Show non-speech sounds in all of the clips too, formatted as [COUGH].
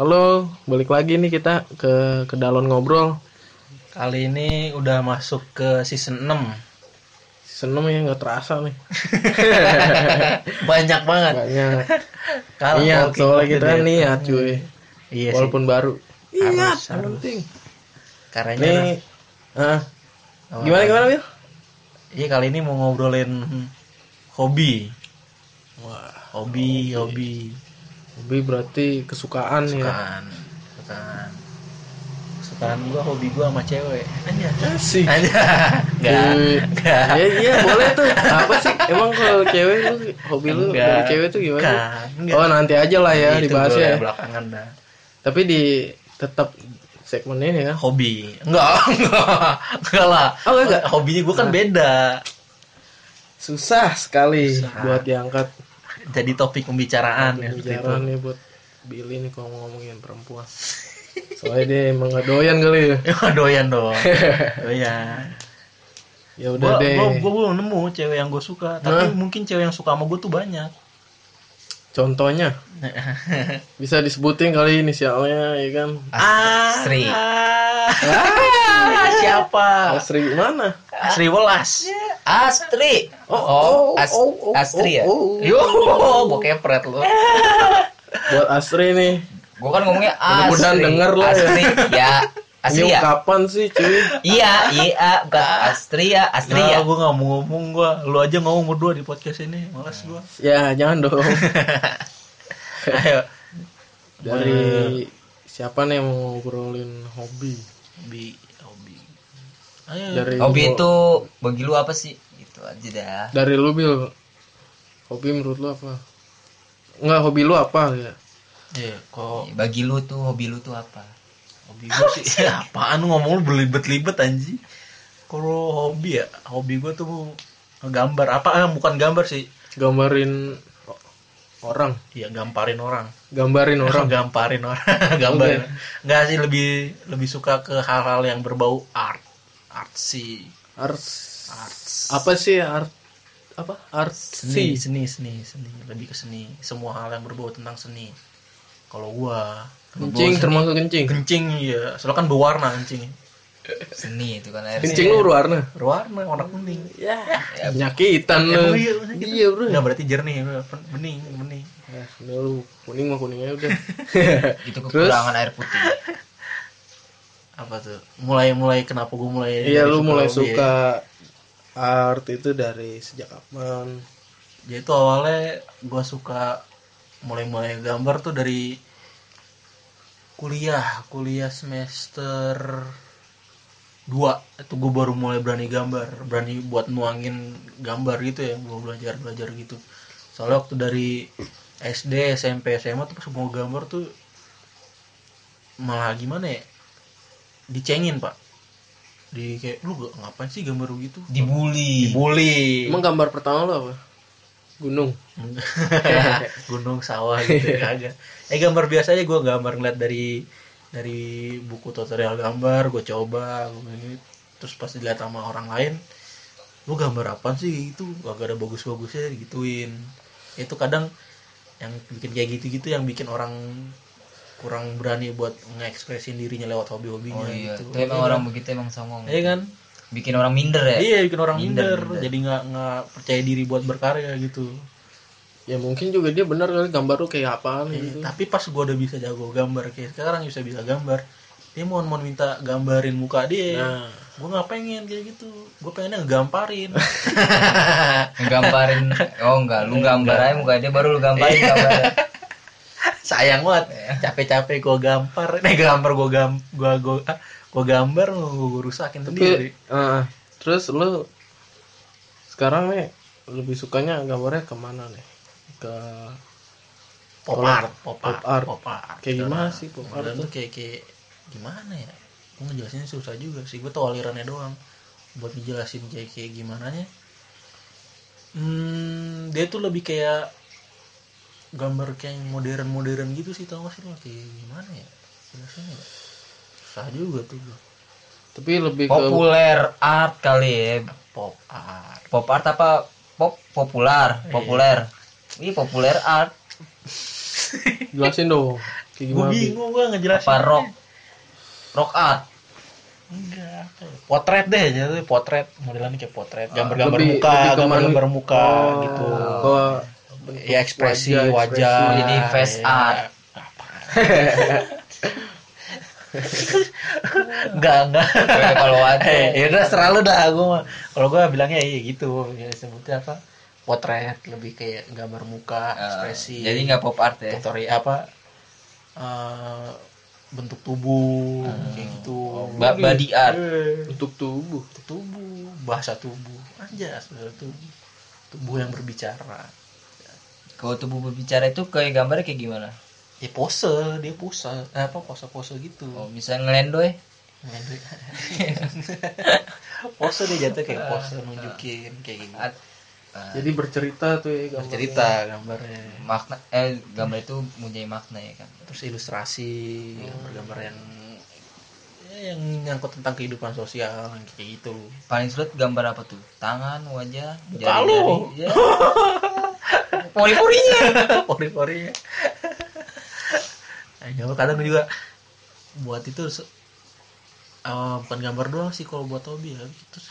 Halo, balik lagi nih kita ke ke Dalon ngobrol. Kali ini udah masuk ke season 6 Seneng ya nggak terasa nih. [LAUGHS] Banyak banget [LAUGHS] Banyak. Kalah Niat Walking soalnya of the kita Dead. ya. niat cuy. gitu Iya sih, gitu kan, Walaupun baru. Niat Harus, yang harus. penting. Karena Nih, ah, Oh, gimana gimana Wil? Iya kali ini mau ngobrolin hmm, hobi Hobi, hobi Hobi berarti kesukaan ya. Sukaan Sukaan Sukaan gua, hobi gua sama cewek Aja Asik. [LAUGHS] Aja Eh, Enggak Eh, Cuy. Enggak Iya iya boleh tuh. Apa sih? Emang kalau cewek lu hobi lu Enggak. dari cewek tuh gimana? Enggak Gitu, Oh nanti aja lah ya Itu dibahas gua ya. belakangan dah Tapi di tetap segmen ini ya. hobi [LAUGHS] enggak enggak enggak lah Oh, enggak? hobinya gue kan beda Susah sekali Susah. buat diangkat jadi topik pembicaraan ya seperti itu. [LAUGHS] Pembicaraan nih buat Billy nih kalau ngomongin perempuan. Soalnya dia emang gak doyan kali [LAUGHS] ya. ya doyan Oh, iya. dong doyan Ya udah deh. gue gue belum nemu cewek yang gue suka tapi Hah? mungkin cewek yang suka sama gue tuh [LAUGHS] banyak Contohnya bisa disebutin kali inisialnya ya kan. Asri Ah, Ah. [LAUGHS] siapa Ah. Asri mana? Asri Welas. Astri. Iya. Oh, oh, As- oh, oh, Astri ya. oh, oh. Yo, [LAUGHS] gua kepret lu. Buat Asri nih. Gua kan ngomongnya Astri. Mudah-mudahan denger lah ya. Astri. Ya, Astri Ini ya. kapan sih [LAUGHS] cuy? Iya, iya, bukan Astri ya, Astri Nah, ya. gue gak mau ngomong gue Lu aja ngomong berdua di podcast ini [LAUGHS] Males gue Ya jangan dong. Ayo Dari siapa nih yang mau ngobrolin hobi? Hobi Hobi Ayo Dari Hmm. Hobi itu bagi lu apa sih? Gitu aja dah. dari lu Bil. Hobi menurut lu apa? Enggak hobi lu apa ya? Iya, kok Bagi lu tuh hobi lu tuh apa? Hobi gue sih [LAUGHS] ya, apaan lu ngomong lu berlibet-libet anji. Kalau hobi ya, hobi gue tuh gambar. Apa eh, bukan gambar sih? Gambarin o- orang. Ya gamparin orang. gambarin orang [LAUGHS] gamparin orang. gambarin. Enggak sih lebih lebih suka ke hal-hal yang berbau art. Artsy, arts arts. apa sih art apa artsy Seni, seni, seni, seni, lebih ke seni. Semua hal yang berbau tentang seni. Kalau gua kencing termasuk kencing kencing ya, soalnya kan berwarna kencing. Seni itu kan air. kencing lu berwarna Berwarna warna kuning. ya penyakitan lu Emang iya, iya bro Enggak berarti jernih, bening, bening. Nah, udah lu kuning mah kuningnya udah [LAUGHS] Itu Terus? kekurangan air putih. apa tuh mulai mulai kenapa gue mulai iya dari lu mulai hobi ya? suka art itu dari sejak kapan jadi tuh awalnya gue suka mulai mulai gambar tuh dari kuliah kuliah semester 2 itu gue baru mulai berani gambar berani buat nuangin gambar gitu ya gue belajar belajar gitu soalnya waktu dari SD SMP SMA tuh semua gambar tuh malah gimana ya dicengin pak di kayak lu gak- ngapain sih gambar lu gitu Dibully. dibully emang gambar pertama lu apa Iya. gunung gunung sawah gitu Iya. kagak eh gambar biasa aja gue gambar ngeliat dari dari buku tutorial gambar gue coba gua ini. terus pas dilihat sama orang lain lu gambar apa sih gitu gak ada bagus-bagusnya gituin itu kadang yang bikin kayak gitu-gitu yang bikin orang kurang berani buat ngekspresin dirinya lewat hobi-hobinya Oh iya, gitu itu emang orang begitu emang songong. iya kan Bikin orang minder ya. iya bikin orang minder, Minder, minder. jadi nggak nggak percaya diri buat berkarya gitu ya mungkin juga dia benar kali gambar lu kayak apaan Iya, gitu tapi pas gua udah bisa jago gambar kayak sekarang bisa bisa gambar dia mohon mohon minta gambarin muka dia nah Gua nggak pengen kayak gitu Gua pengennya ngegamparin Nggambarin oh enggak, lu gambar aja muka dia baru lu gambarin gambarnya. [LAUGHS] sayang banget capek-capek gua gampar eh gambar gua gam gua gua ah, gua gambar gua, gua rusakin sendiri Tapi, ah, terus lu sekarang nih lebih sukanya gambarnya kemana nih? Ke pop kalau art pop art pop art. pop art. Kayak gimana Karena sih pop modern art tuh kayak kayak gimana ya gue ngejelasinnya susah juga sih gue tau alirannya doang buat dijelasin kayak kayak gimana nya hmm dia tuh lebih kayak gambar kayak yang modern modern gitu sih tau gak sih lo kayak gimana ya jelasinnya ya susah juga tuh gua. tapi lebih ke Populer art kali ya. pop art Pop art apa pop Iya. populer, populer. Ini populer art. jelasin dong. Kayak Gue gimana? Bi? bingung gue ngejelasin. Apa rock? Rock art. Enggak. apa ya. Potret deh, jadi potret. Modelannya kayak potret. Gambar-gambar Lebih- muka, lebih ke gambar-gambar manu- muka Oh, gitu. ke Ya ekspresi wajah, wajah, ekspresi. Jadi face ya. art. Apa? enggak, enggak. Kayak kalau Eh, ada [LAUGHS] ya udah selalu dah gue mah. Kalau gue bilangnya iya gitu, ya sebutnya apa? Potret lebih kayak gambar muka, ekspresi. Ah, Jadi nggak pop art ya. teori apa eh, bentuk tubuh Ah, kayak gitu Ba- Body art. Eh, bentuk tubuh. bentuk tubuh bahasa tubuh aja sebenarnya tubuh tubuh yang berbicara Kalau tubuh berbicara itu kayak gambarnya kayak gimana? ya pose dia pose eh, apa pose pose gitu Oh, misalnya ngelendoy. [LAUGHS] Ngendek. pose dia jatuh kayak pose nunjukin kayak gitu Art. Ah, Jadi bercerita tuh ya gambarnya. cerita gambarnya makna eh gambar itu mempunyai makna ya kan. terus ilustrasi gambar-gambar yang ya, yang nyangkut tentang kehidupan sosial yang kayak gitu Paling sulit gambar apa tuh? Tangan, wajah, Muka jari-jari. lu. Ya. Pori-porinya. [LAUGHS] pori-porinya nah, gambar kadang gua juga buat itu se- eh, bukan gambar doang sih kalau buat hobi ya terus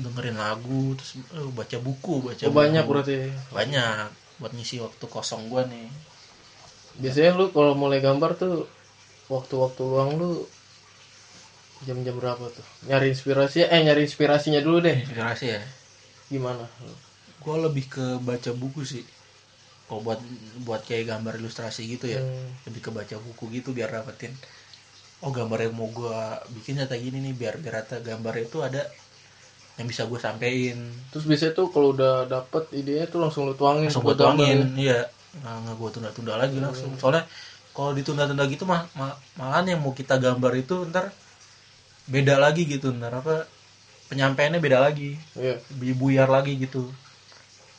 dengerin lagu terus eh, baca buku baca Oh, buku. banyak berarti. banyak buat ngisi waktu kosong gua nih Biasanya lu kalau mulai gambar tuh waktu-waktu luang lu jam-jam berapa tuh? Nyari inspirasi eh nyari inspirasinya dulu deh. inspirasi ya Gimana? gua lebih ke baca buku sih kalau buat buat kayak gambar ilustrasi gitu ya Hmm. lebih ke baca buku gitu biar dapetin oh gambar yang mau gua bikin nyata gini nih biar biar rata gambar itu ada yang bisa gue sampein Terus biasanya tuh kalau udah dapet idenya tuh langsung lu tuangin langsung ke gue gambar ya. tuangin iya nggak nggak gue tunda-tunda lagi langsung soalnya kalau ditunda-tunda gitu mah ma- malahan yang mau kita gambar itu ntar beda lagi gitu ntar apa penyampaiannya beda lagi Iya. lebih buyar lagi gitu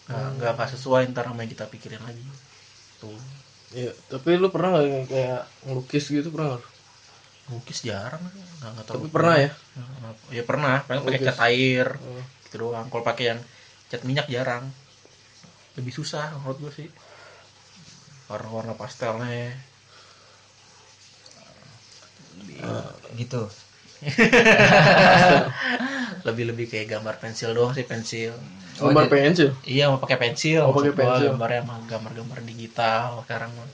Hmm. Nah, nggak nggak sesuai ntar sama yang kita pikirin lagi tuh Iya, tapi lu pernah nggak yang kayak ngelukis gitu pernah nggak? lu? lukis jarang nggak nggak Tapi terlalu pernah ya. Nah, ya pernah paling pakai Lukis. cat air Hmm. gitu doang kalau pakai yang cat minyak jarang lebih susah menurut gue sih warna-warna pastelnya gitu. lebih lebih kayak gambar pensil doang sih pensil Gambar pensil. iya mau pakai pensil Oh, pakai maksud gua, pensil. gambarnya emang gambar-gambar digital sekarang mah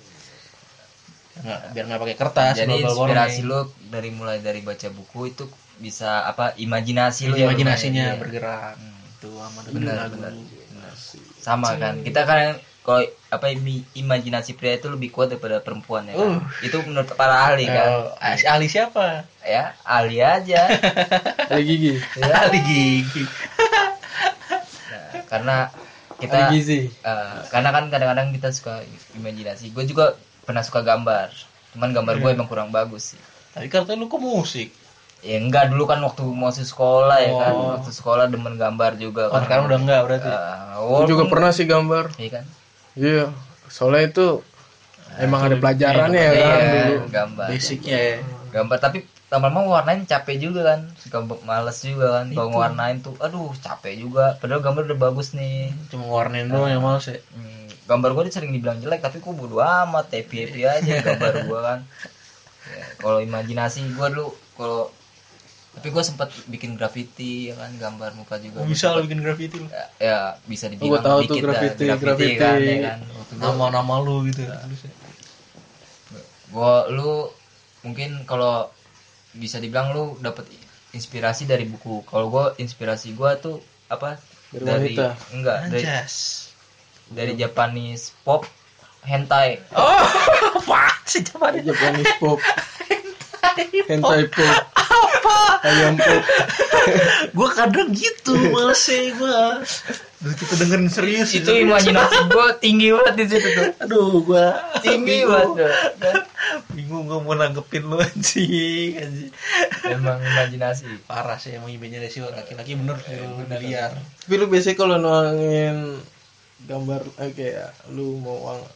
nggak biar nggak pakai kertas Iya, Jadi global inspirasi warming. lu dari mulai dari baca buku itu bisa apa imajinasi lu ya, imajinasinya lumayan, iya. bergerak itu sama dengan benar lagu Iya. benar benar. sama kan kita kan kalau apa imi- imajinasi pria itu lebih kuat daripada perempuan ya kan? Uh. itu menurut para ahli kan Eh, ah, si ahli siapa ya ahli aja [LAUGHS] Ada gigi. ahli gigi Nah, karena kita Ada gizi. eh, karena kan kadang-kadang kita suka imajinasi gue juga pernah suka gambar cuman gambar gue Iya. emang kurang bagus sih tapi kan lu ke musik ya enggak dulu kan waktu masih sekolah ya kan Oh. waktu sekolah demen gambar juga oh, kan. sekarang udah enggak berarti Eh, Gua walaupun- juga pernah sih gambar. Iya kan Iya. Soalnya itu emang ada pelajarannya ya kan Iya, dulu. gambar basicnya ya gambar tapi lama-lama warnain capek juga kan suka be- males juga kan kalau warnain tuh aduh capek juga padahal gambar udah bagus nih cuma warnain doang yang males ya Hmm, gambar gua sering dibilang jelek tapi gua bodo amat happy happy aja gambar gua kan Ya, kalau imajinasi gua dulu kalau tapi gua sempat bikin graffiti ya kan gambar muka juga Gua bisa lu bikin graffiti lu ya, ya, Gua bisa dibilang tahu tuh dikit dah, graffiti, graffiti. kan, ya kan. nama-nama lu gitu tulisnya. gua lu mungkin kalau bisa dibilang lu dapet inspirasi dari buku kalau gua inspirasi gua tuh apa Dari wanita. enggak Nah, dari, Anjas. dari Japanese pop hentai Oh, apa sih Japanese? Japanese pop. Hentai pop. Ayam pop. Gue kadang [LAUGHS] gitu, males sih gue. Duh, kita dengerin serius ya, itu [LAUGHS] imajinasi gua tinggi banget di situ tuh Aduh, gue tinggi banget tuh. Dan Bingung gue mau nanggepin lu anjing, anjing. emang imajinasi Parah sih emang ibunya sih laki-laki Iya, bener sih lu liar. Tapi lu biasanya kalau nuangin gambar eh, kayak lu mau uang-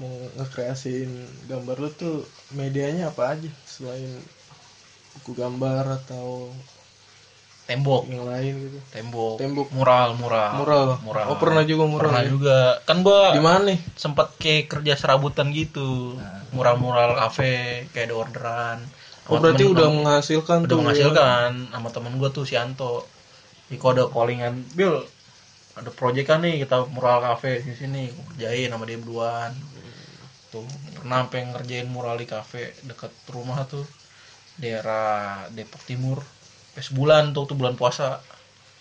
mau ngekreasiin gambar lu tuh medianya apa aja selain buku gambar atau tembok yang lain gitu tembok Tembok. mural mural mural mural oh pernah juga mural Pernah ya? juga kan gua di mana nih sempet kayak kerja serabutan gitu mural-mural kafe kayak ada orderan Nah. oh Sama berarti temen- udah sama- menghasilkan udah tuh menghasilkan sama temen gue tuh si Anto di kode callingan Bill ada project kan nih kita mural kafe di sini Gua kerjain sama dia berduaan tuh pernah sampai ngerjain mural di kafe deket rumah tuh daerah Depok Timur Sampai sebulan tuh tuh bulan puasa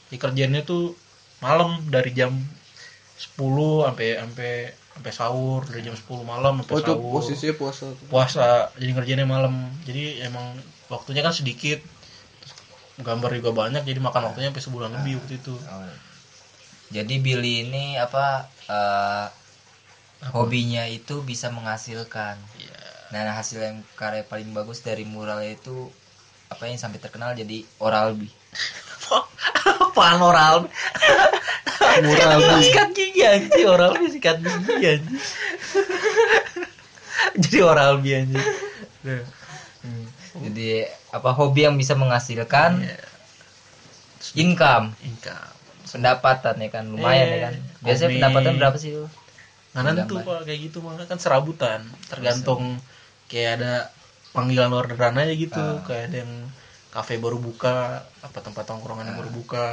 dikerjainnya tuh malam dari jam 10 sampai sampai sampai sahur dari jam 10 malam sampai oh itu sahur posisinya puasa tuh. puasa jadi ngerjainnya malam jadi emang waktunya kan sedikit Terus gambar juga banyak jadi makan waktunya sampai sebulan lebih waktu itu Oh. Jadi Billy ini apa eh, hobinya itu bisa menghasilkan. Iya. Nah hasil yang karya paling bagus dari mural itu apa yang sampai terkenal jadi oral bi. [LAUGHS] apaan oral mural sikat gigi anjir oral B sikat gigi anjir jadi oral B anjir Duh. Hmm. Jadi apa hobi yang bisa menghasilkan Iya. income income pendapatan ya kan lumayan ya kan. Biasanya hobi. pendapatan berapa sih lu? nah nentu pak kayak gitu mah kan serabutan tergantung kayak ada panggilan orderan aja gitu kayak ada yang kafe baru buka apa tempat tongkrongan yang baru buka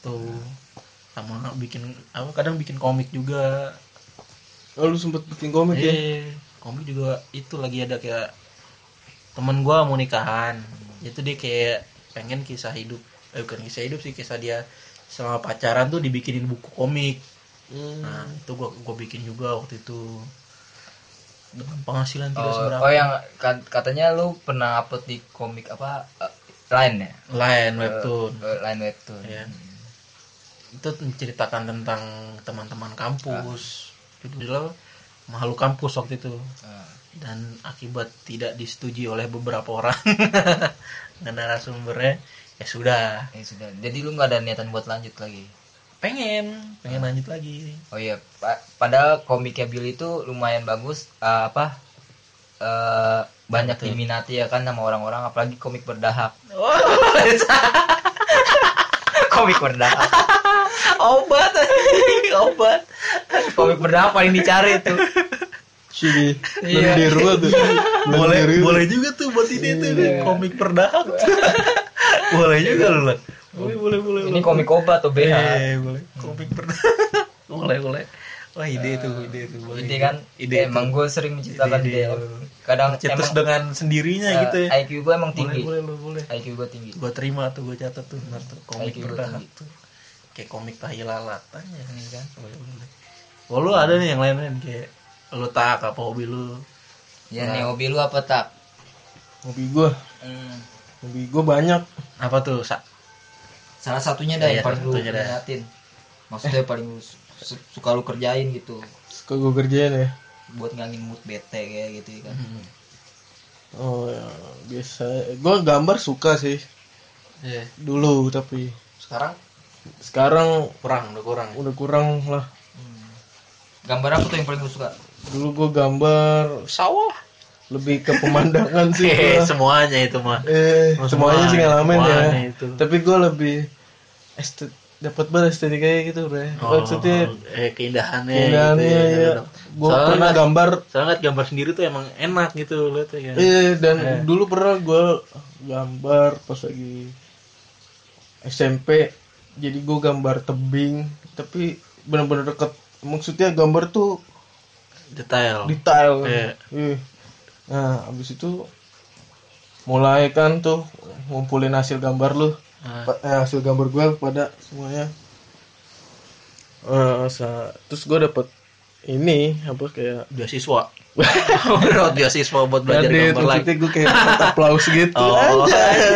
tuh sama bikin apa kadang bikin komik juga oh lu sempet bikin komik ya Iya, komik juga itu lagi ada kayak temen gua mau nikahan itu dia kayak pengen kisah hidup eh, bukan kisah hidup sih kisah dia selama pacaran tuh dibikinin buku komik Hmm. Nah, itu gua gua bikin juga waktu itu. Dengan penghasilan tidak Oh, seberapa. oh, yang kat- katanya lu pernah upload di komik apa eh, lain ya? Lain webtoon. Eh, Lain webtoon. Iya. Itu menceritakan tentang teman-teman kampus. Ah. Judulnya makhluk kampus waktu itu Eh. dan akibat tidak disetujui oleh beberapa orang [LAUGHS] dan narasumbernya ya sudah Ya sudah. Jadi lu nggak ada niatan buat lanjut lagi. pengen pengen lanjut lagi Oh iya, pa- padahal komiknya Bill itu lumayan bagus eh, apa? eh, banyak Betul. Oh. diminati ya kan sama orang-orang apalagi komik berdahak. [LAUGHS] komik berdahak. obat [LAUGHS] obat komik berdahak paling dicari itu. sini Iya. lendir banget tuh. boleh Lendir. boleh juga tuh buat ide Iya. tuh deh, komik perdahak [LAUGHS] boleh juga loh Lan. boleh boleh boleh Ini boleh. komik obat tuh BH. Eh, boleh komik perdahak [LAUGHS] boleh boleh wah ide tuh ide tuh boleh Ide kan ide ide emang gue sering menciptakan Ide-ide ide. lu. Kadang cetus emang, dengan sendirinya eh, gitu ya IQ gue emang boleh tinggi. boleh lo boleh IQ gue tinggi. gue terima tuh gue catat tuh ntar tuh komik IQ gua perdahak tinggi. tuh kayak komik tahi lalatan ya Ini kan. boleh boleh Wah, lu ada nih yang lain-lain kayak lu tak apa hobi lu Ya nih Nah. hobi lu apa tak? hobi gua Hmm, hobi gua banyak apa tuh Sa? salah satunya dah Iya, yang paling lu salah satunya dah. minyatin. Maksudnya paling lu su- su- suka lu kerjain gitu suka gua kerjain ya buat ngangin mood bete kayak gitu kan. Hmm. oh ya biasa gua gambar suka sih Iya. dulu tapi sekarang sekarang kurang udah kurang udah kurang lah Hmm. Gambar apa tuh yang paling lu suka? dulu gue gambar sawah lebih ke pemandangan sih [LAUGHS] gua. eh semuanya itu mah eh Oh, semuanya sih semuanya, ngalamin ya semuanya itu. tapi gue lebih estet dapat banget estetikanya gitu bre Oh, maksudnya eh keindahannya keindahannya gitu ya, gue Soalnya pernah kan- gambar soalnya kan gambar sendiri tuh emang enak gitu lihat ya kan eh dan dulu pernah gue gambar pas lagi SMP jadi gue gambar tebing tapi bener-bener deket maksudnya gambar tuh detail detail Iya. Ih. nah abis itu mulai kan tuh ngumpulin hasil gambar lu Ah. Pa- eh, hasil gambar gue pada semuanya Eh, sa- terus gue dapet ini apa kayak [LAUGHS] beasiswa Dapat beasiswa buat belajar Kredit, gambar lagi maksudnya gue kayak dapat aplaus gitu [LAUGHS] oh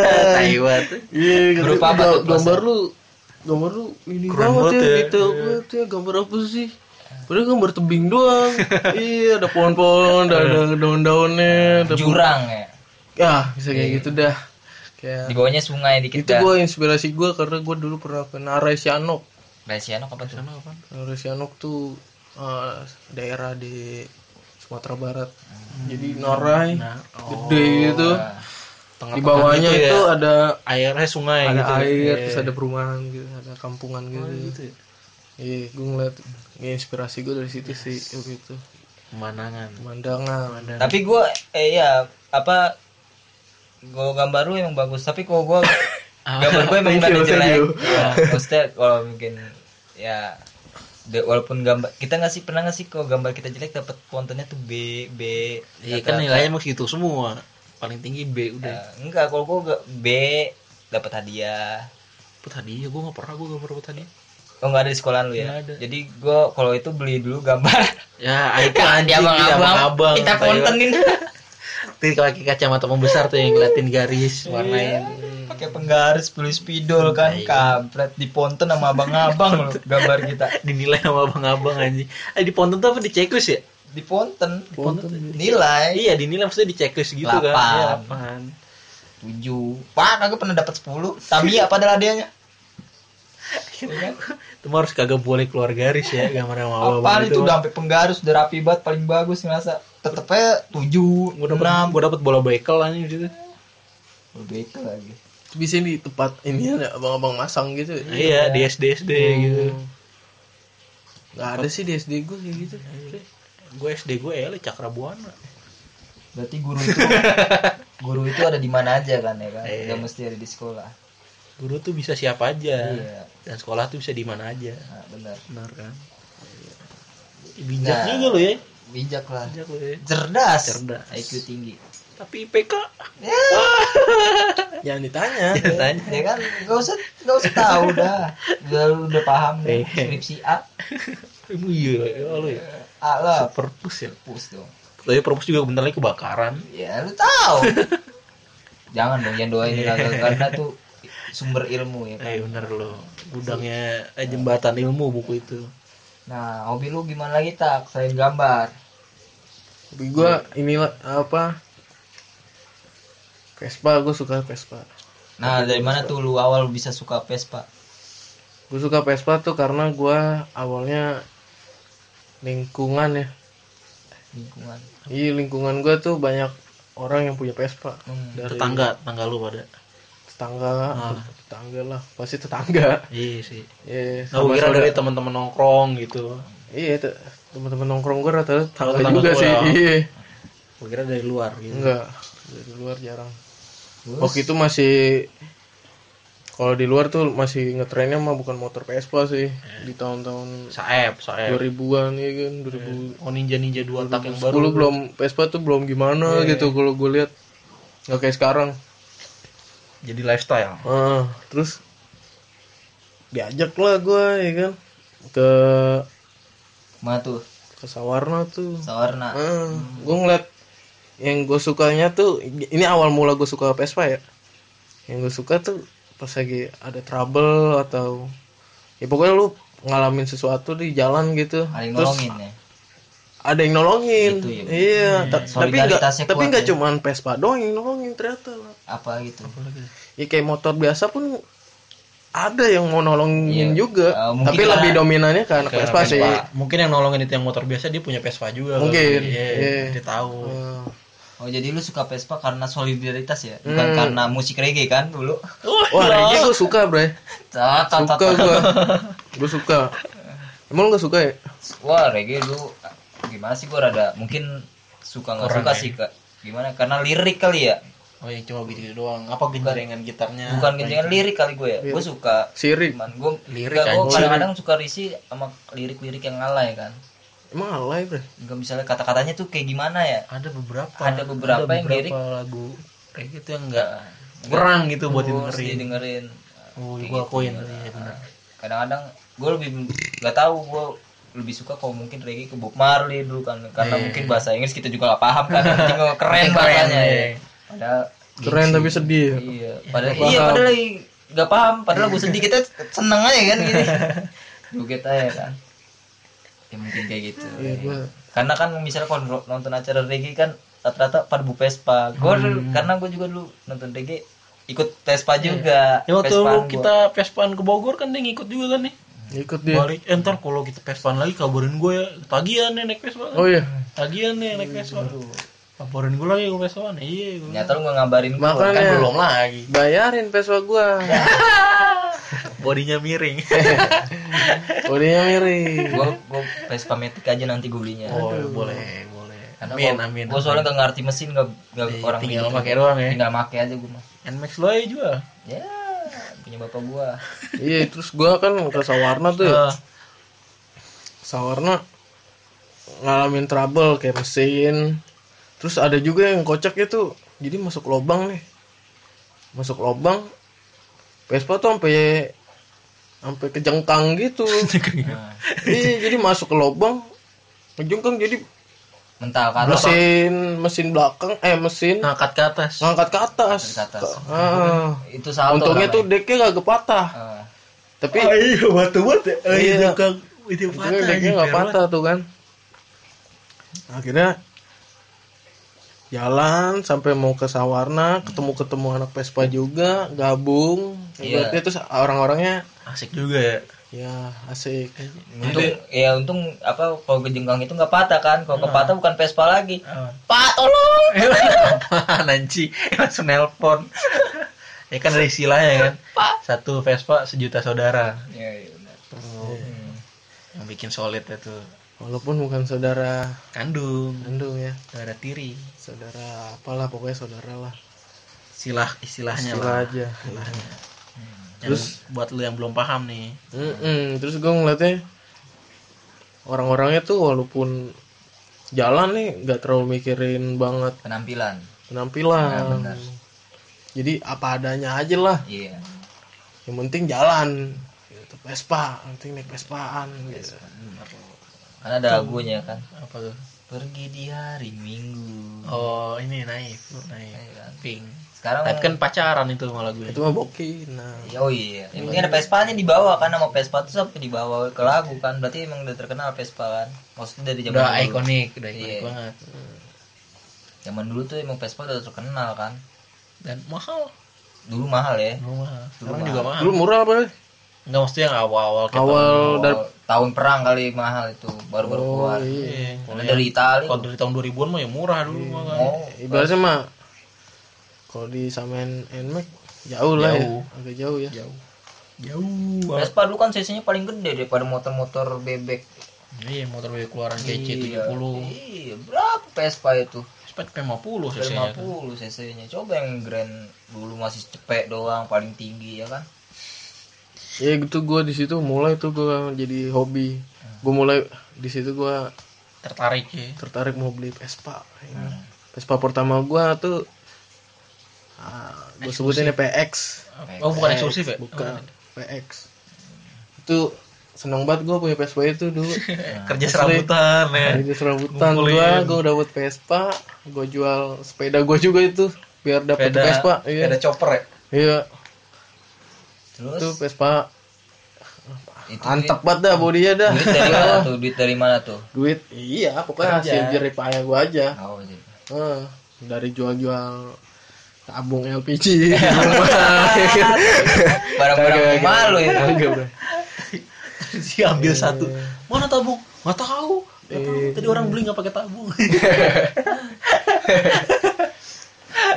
[LAUGHS] Taiwan iya gitu. Berupa apa Ga- tuh gambar lu gambar lu ini Keren banget banget ya, ya. gitu Banget ya, gambar apa sih Padahal gambar tebing [LAUGHS] doang Iya ada pohon-pohon Ada Iya. ada daun-daunnya ada Jurang ya. ah bisa Iya. kayak gitu dah kayak Di bawahnya sungai dikit itu gue inspirasi gue karena gue dulu pernah ke Narai Sianok Resiano apa tuh? apa? Narai Sianok tuh eh, daerah di Sumatera Barat jadi Narai Hmm. Nah, oh. gede gitu tengah di bawahnya itu, ya, ada airnya sungai ada gitu. air Iya. terus ada perumahan gitu ada kampungan gitu Oh, gitu ya. iya gue ngeliat ya, inspirasi gue dari situ sih gitu pemandangan pemandangan Pemandangan. tapi gue eh ya apa gue gambar lu emang bagus tapi [COUGHS] kalau gue gambar gue emang Ah. Thank rada you, thank jelek you. ya, maksudnya kalau mungkin ya de- walaupun gambar kita nggak sih pernah nggak sih kalau gambar kita jelek dapat kontennya tuh B B iya rata-rata. kan nilainya emang gitu semua paling tinggi B udah Ya, enggak kalau gue B dapat hadiah dapat hadiah gue Ya, nggak pernah gue gambar dapat hadiah Oh nggak ada di sekolahan lu ya? Nggak ada. Jadi gue kalau itu beli dulu gambar. ya itu anjing, abang-abang. Kita Tai, kontenin. Nanti pakai kacamata pembesar tuh yang ngeliatin garis warnanya. Iya. Pakai penggaris, beli spidol kan, kampret di ponten sama abang-abang lu gambar kita. Dinilai sama abang-abang anjing. Eh di ponten tuh apa di checklist ya? Di ponten, Ponten. nilai Iya dinilai maksudnya di checklist gitu kan. Lapan. Iya, lapan. 7. Pak, kagak pernah dapat 10. Tamiya padahal hadiahnya. Iya kan? Itu harus kagak boleh keluar garis ya gambar sama gitu. abang. Apaan itu udah sampai penggaris, udah rapi banget, paling bagus ngerasa. Tetepnya 7, Gue dapet, 6. gua dapet bola bekel anjing gitu. Begitu lagi. bisa di tempat ini ada abang-abang masang gitu Iya, di SD SD Hmm. gitu. nggak ada sih di SD gue kayak gitu Gue SD gue ya Cakra Buana. Berarti guru itu [LAUGHS] guru itu ada di mana aja kan ya kan? Iya. Gak mesti ada di sekolah. Guru tuh bisa siapa aja. Iya, Dan sekolah tuh bisa di mana aja. nah, benar. Benar kan? Bijak Nah. juga lo ya. Bijak lah. Bijak lo ya. Cerdas. Cerdas. IQ tinggi. Tapi IPK jangan ditanya [LAUGHS] tanya. Ya kan, gak usah gak usah tahu dah. Udah lu udah paham dah. Iya. Skripsi A, Iya, ya lo ya. A lah. Perpus ya. Pus dong. Tapi perpus juga bentar lagi kebakaran. Ya lu [LAUGHS] tahu. Jangan dong yang doain Iya. gagal karena tuh sumber ilmu ya kan. Eh bener lo. Gudangnya eh, jembatan ilmu buku itu. Nah, hobi lu gimana lagi tak? Selain gambar. tapi gue inilah apa Vespa gue suka Vespa Nah, dari mana tuh lu awal bisa suka Vespa? gue suka Vespa tuh karena gue awalnya lingkungan ya Lingkungan. iya lingkungan gue tuh banyak orang yang punya Vespa Hmm. dari Tetangga, tetangga lu pada. tetangga Ah. tetangga lah pasti tetangga Iya sih. iya Nah, sama gua kira saudara- dari teman-teman nongkrong gitu. iya te- teman-teman nongkrong gue rata-rata tetangga Tetangga juga gua sih ya. iya Gua kira dari luar gitu. enggak dari luar jarang Terus? waktu itu masih kalau di luar tuh masih ngetrennya mah bukan motor Vespa sih di tahun-tahun Saeb, Saeb. 2000-an ya kan 2000 Oh ninja-ninja dua tak Eh. yang baru baru. Eh. belum Vespa tuh belum gimana gitu kalau gue lihat nggak kayak sekarang Jadi lifestyle. Ah, terus diajak lah gue ya kan ke Mana tuh? ke Sawarna tuh Sawarna. gue Ah, ngeliat yang gue sukanya tuh ini awal mula gue suka Vespa ya yang gue suka tuh pas lagi ada trouble atau ya pokoknya lu ngalamin sesuatu di jalan gitu Ada yang terus nolongin ya. ada yang nolongin Gitu ya. iya ta- tapi nggak Solidaritasnya tapi kuat nggak ya. cuman Vespa doang yang nolongin ternyata Apa gitu? ya kayak motor biasa pun ada yang mau nolongin Iya. juga Eh, mungkin tapi karena- lebih dominannya ke anak Vespa sih Mungkin yang nolongin itu yang motor biasa dia punya Vespa juga. Mungkin, kali. Iya, iya. Dia tahu. Eh, Oh jadi lu suka Vespa karena solidaritas ya, bukan karena musik reggae kan dulu? wah reggae gue suka bre Tata, suka gue [LAUGHS] gue suka emang lu gak suka ya Wah reggae dulu gimana sih gua rada mungkin suka Kurang nggak suka ya. sih kak? Gimana? Karena lirik kali ya, Oh, yang cuma gitu doang. Apa genjengan gitarnya? bukan genjengan lirik kali gue ya. Gue suka sirik cuman gue Lirik lirik gue anjing. kadang-kadang suka risih sama lirik-lirik yang alay kan. emang alay bre Enggak misalnya kata-katanya tuh kayak gimana ya? ada beberapa Ada beberapa yang lirik. lagu kayak gitu yang enggak kurang gitu buat Terus dengerin didengerin. oh gua akuin iya benar Kadang-kadang gue lebih nggak tahu gue lebih suka kalau mungkin reggae ke Bob Marley dulu kan karena mungkin bahasa Inggris kita juga gak paham kan Jadi Iya, keren, keren bahasanya ya. Padahal keren tapi sedih ya. Iya, padahal iya padahal lagi nggak paham, padahal gue sedih kita seneng aja kan gini. Joget aja kan. Ya mungkin kayak gitu. Iya, gua- Karena kan misalnya kalau nro- nonton acara reggae kan rata-rata pada bu Vespa. Gue karena gue juga dulu nonton reggae ikut Vespa juga. ya waktu Vespaan lu gua. kita Vespaan ke Bogor kan dia ngikut juga kan nih ikut dia balik eh, ntar kalau kita Vespaan lagi kabarin gue ya tagihan nih naik Vespa oh iya tagihan nih naik Vespa laporin gue lagi gue pesoan iya gue ternyata lu nggak ngabarin gue kan Makanya. belum lagi ya. bayarin peswa [LAUGHS] gua bodinya miring bodinya miring gue gue Vespa Matic aja nanti gue belinya oh [LAUGHS] boleh boleh karena amin amin gue soalnya nggak ngerti mesin nggak nggak Iya, orang tinggal begitu. pakai doang ya tinggal make aja gue mah nmax lo aja jual ya punya bapak gue iya terus gua kan ke Sawarna tuh ya. Eh, Sawarna ngalamin trouble kayak mesin terus ada juga yang kocaknya tuh jadi masuk lobang nih masuk lobang Vespa tuh sampai sampai kejengkang gitu nah, iya jadi masuk ke lobang kejengkang jadi mental kan mesin mesin belakang eh mesin ngangkat ke atas ngangkat ke atas, Nah. Ngangkat ke atas. Ah. itu salto kan, ya. untungnya tuh deknya gak patah Ah, tapi iya batu batu Iya. kang itu Untungnya deknya nggak patah tuh kan akhirnya jalan sampai mau ke Sawarna ketemu ketemu anak Vespa juga gabung Iya. Ibaratnya terus orang-orangnya asik juga ya ya asik untung ya untung apa kalau kejengkang itu nggak patah kan Hmm. kalau kepatah bukan Vespa lagi pak tolong Eh, nanti langsung nelpon ya kan dari istilahnya kan Pak. satu Vespa sejuta saudara ya, iya, benar. Hmm. yang bikin solid itu walaupun bukan saudara kandung kandung ya saudara tiri saudara apalah pokoknya saudara lah silah istilahnya Istilah lah aja terus buat lu yang belum paham nih Mm-mm. Terus gue ngeliatnya orang-orangnya tuh walaupun jalan nih nggak terlalu mikirin banget penampilan Ya, Nah, penampilan. benar. Jadi apa adanya aja lah. iya Yang penting jalan. Gitu. Vespa, yang penting naik Vespaan. Gitu. Iya. Hmm. karena ada lagunya kan apa tuh pergi di hari minggu oh ini naif lu naif Iya kan? pink sekarang naif kan pacaran itu malah gue Itu mah boki. Nah, Ya, Oh iya, yang penting ada Vespa-nya dibawa kan nama Vespa tuh sampai dibawa ke lagu kan. Berarti emang udah terkenal Vespa kan. Maksudnya dari zaman udah dulu. ikonik udah ikonik Iya. banget Zaman dulu tuh emang Vespa udah terkenal kan. dan mahal Dulu mahal ya. dulu mahal sekarang Dulu juga mahal dulu murah apa? nggak maksudnya yang awal-awal kita Awal dari Oh, tahun perang kali mahal itu baru-baru Oh, keluar. iya. Iya. Karena dari Itali. kalau dari tahun 2000-an mah ya murah dulu mah kan Oh, Ibaratnya mah kalau di samain Nmax jauh lah ya. Jauh. Iya. Agak jauh ya. jauh jauh banget Vespa dulu kan cc-nya paling gede daripada motor-motor bebek. iya motor dari keluaran kece Iya. 70 Iya, berapa Vespa itu? spek P50 cc nya tuh 50 cc-nya. Coba yang Grand dulu masih cepet doang paling tinggi ya kan. ya gitu gue di situ mulai tuh gue jadi hobi Hmm. gue mulai di situ gue tertarik ya tertarik mau beli Vespa Hmm. Vespa pertama gue tuh gue sebutin ya PX oh bukan eksklusif ya bukan PX itu seneng banget gue punya Vespa itu [LAUGHS] dulu kerja serabutan ya jadi serabutan Ngumpulin. gue gue dapet Vespa gue jual sepeda gue juga itu biar dapet Sepeda- Vespa iya sepeda chopper ya iya Terus itu Vespa itu antep banget dah bodinya dah duit dari mana tuh duit dari mana tuh [LAUGHS] duit iya pokoknya Kerja. hasil jerih payah gue aja oh, jadi. Eh, dari jual-jual tabung LPG [LAUGHS] di Iya. rumah. barang-barang Kagak, rumah lu ya Kagak, bro. [LAUGHS] si ambil satu mana tabung nggak tahu Nggak tahu. tadi orang beli nggak pakai tabung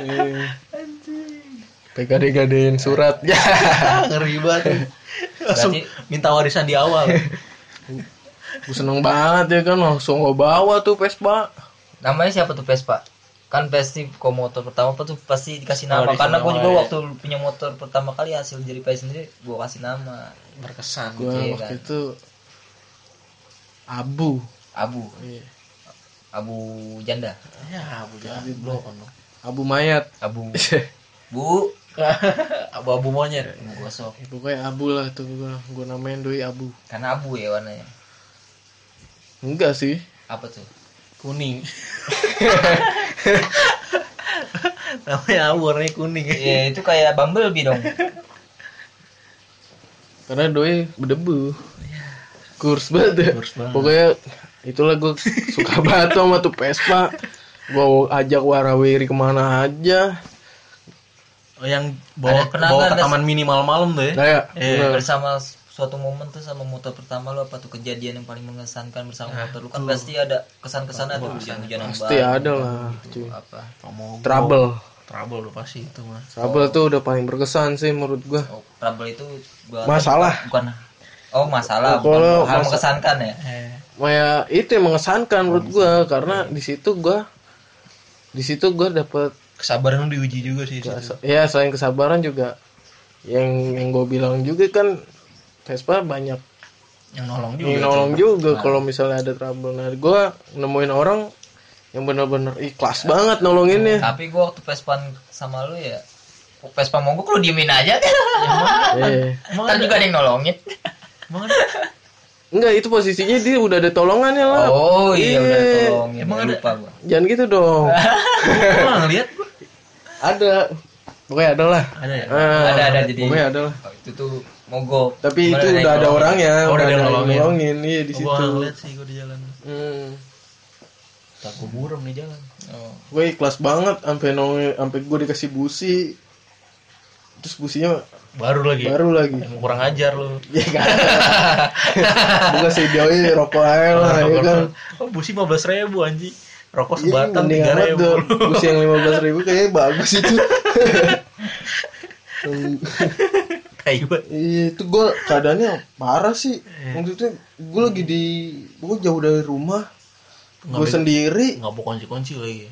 Eh. Tegade-gadein surat. Ya. ngeri banget langsung Berarti- minta warisan di awal Gue seneng banget ya kan langsung gue bawa tuh Vespa. namanya siapa tuh Vespa kan pasti kok motor pertama apa tuh pasti dikasih nama dikasih karena gue nama, juga ya. waktu punya motor pertama kali hasil jerih payah sendiri gue kasih nama berkesan Gue Iya, waktu kan. itu abu. abu Iya. abu janda ya abu jangan belum Abu mayat. Ya, abu bu [LAUGHS] abu-abu monyet abu gosok Ya, pokoknya abu lah tuh gue. Gue namain doi abu. karena abu ya warnanya Enggak sih. apa tuh kuning [LAUGHS] namanya abu warnanya kuning Iya itu kayak bumblebee dong Karena doi berdebu. Kurs banget ya. Iya. Kurs banget. Pokoknya itulah gue [LAUGHS] suka banget sama tuh Vespa. Gue ajak warawiri kemana aja. oh yang bawa Ada- pernah bawa nggak ke ada- taman mini malam-malam tuh ya Nah ya, Iya. bener. bersama suatu momen tuh sama motor pertama lo apa tuh kejadian yang paling mengesankan bersama Nah, motor lu kan tuh. pasti ada kesan-kesan tuh Wah, hujan-hujanan pasti batu, ada lah, cuy. gitu, apa Tomogok. Trouble. trouble lo pasti itu mah Trouble tuh udah paling berkesan sih menurut gua. oh, trouble itu gua Masalah. bukan oh masalah bukan Kalau bukan mengesankan ya eh Maya itu yang mengesankan menurut Iya, gua karena di situ gua di situ gua dapet kesabaran lu diuji juga sih di situ. Iya. Kesa- ya selain kesabaran juga yang yang gue bilang juga kan Vespa banyak yang nolong juga yang nolong Nah. juga kalau misalnya ada trouble nah gue nemuin orang yang bener-bener ikhlas banget nolonginnya tapi gua waktu Vespa sama lu ya Vespa mogok lu diemin aja [LAUGHS] kan eh. Emang ntar juga ada yang nolongin emang ada, enggak itu posisinya dia udah ada tolongannya lah oh iya udah Iya. tolongin Emang emang ada- lupa gua jangan gitu [LAUGHS] dong emang nggak ngeliat gua? ada pokoknya ada lah ada ya Eh, Ada, ada, jadi- pokoknya ada lah Oh, itu tuh mogok tapi Kemarin itu yang udah ada nolongin. orangnya Oh, udah udah ada ada yang yang nolongin. nolongin iya di Oh, situ gua nggak ngeliat sih gua di jalan hmm. takut buram di jalan Oh. gue ikhlas banget sampai nongol sampai gue dikasih busi terus businya baru lagi baru lagi [LAUGHS] Emang kurang ajar lu ya [LAUGHS] kan bukan sih jauhnya rokok aja lah ya kan oh busi 15.000 ribu anji rokok Iya, Oh, sebatang mending tiga amat ribu tuh. busi yang lima belas ribu kayaknya bagus itu [LAUGHS] tai gua Iya, itu gue keadaannya parah sih Iya. maksudnya gue lagi di gue jauh dari rumah gue Ngambil- sendiri nggak bawa kunci kunci lagi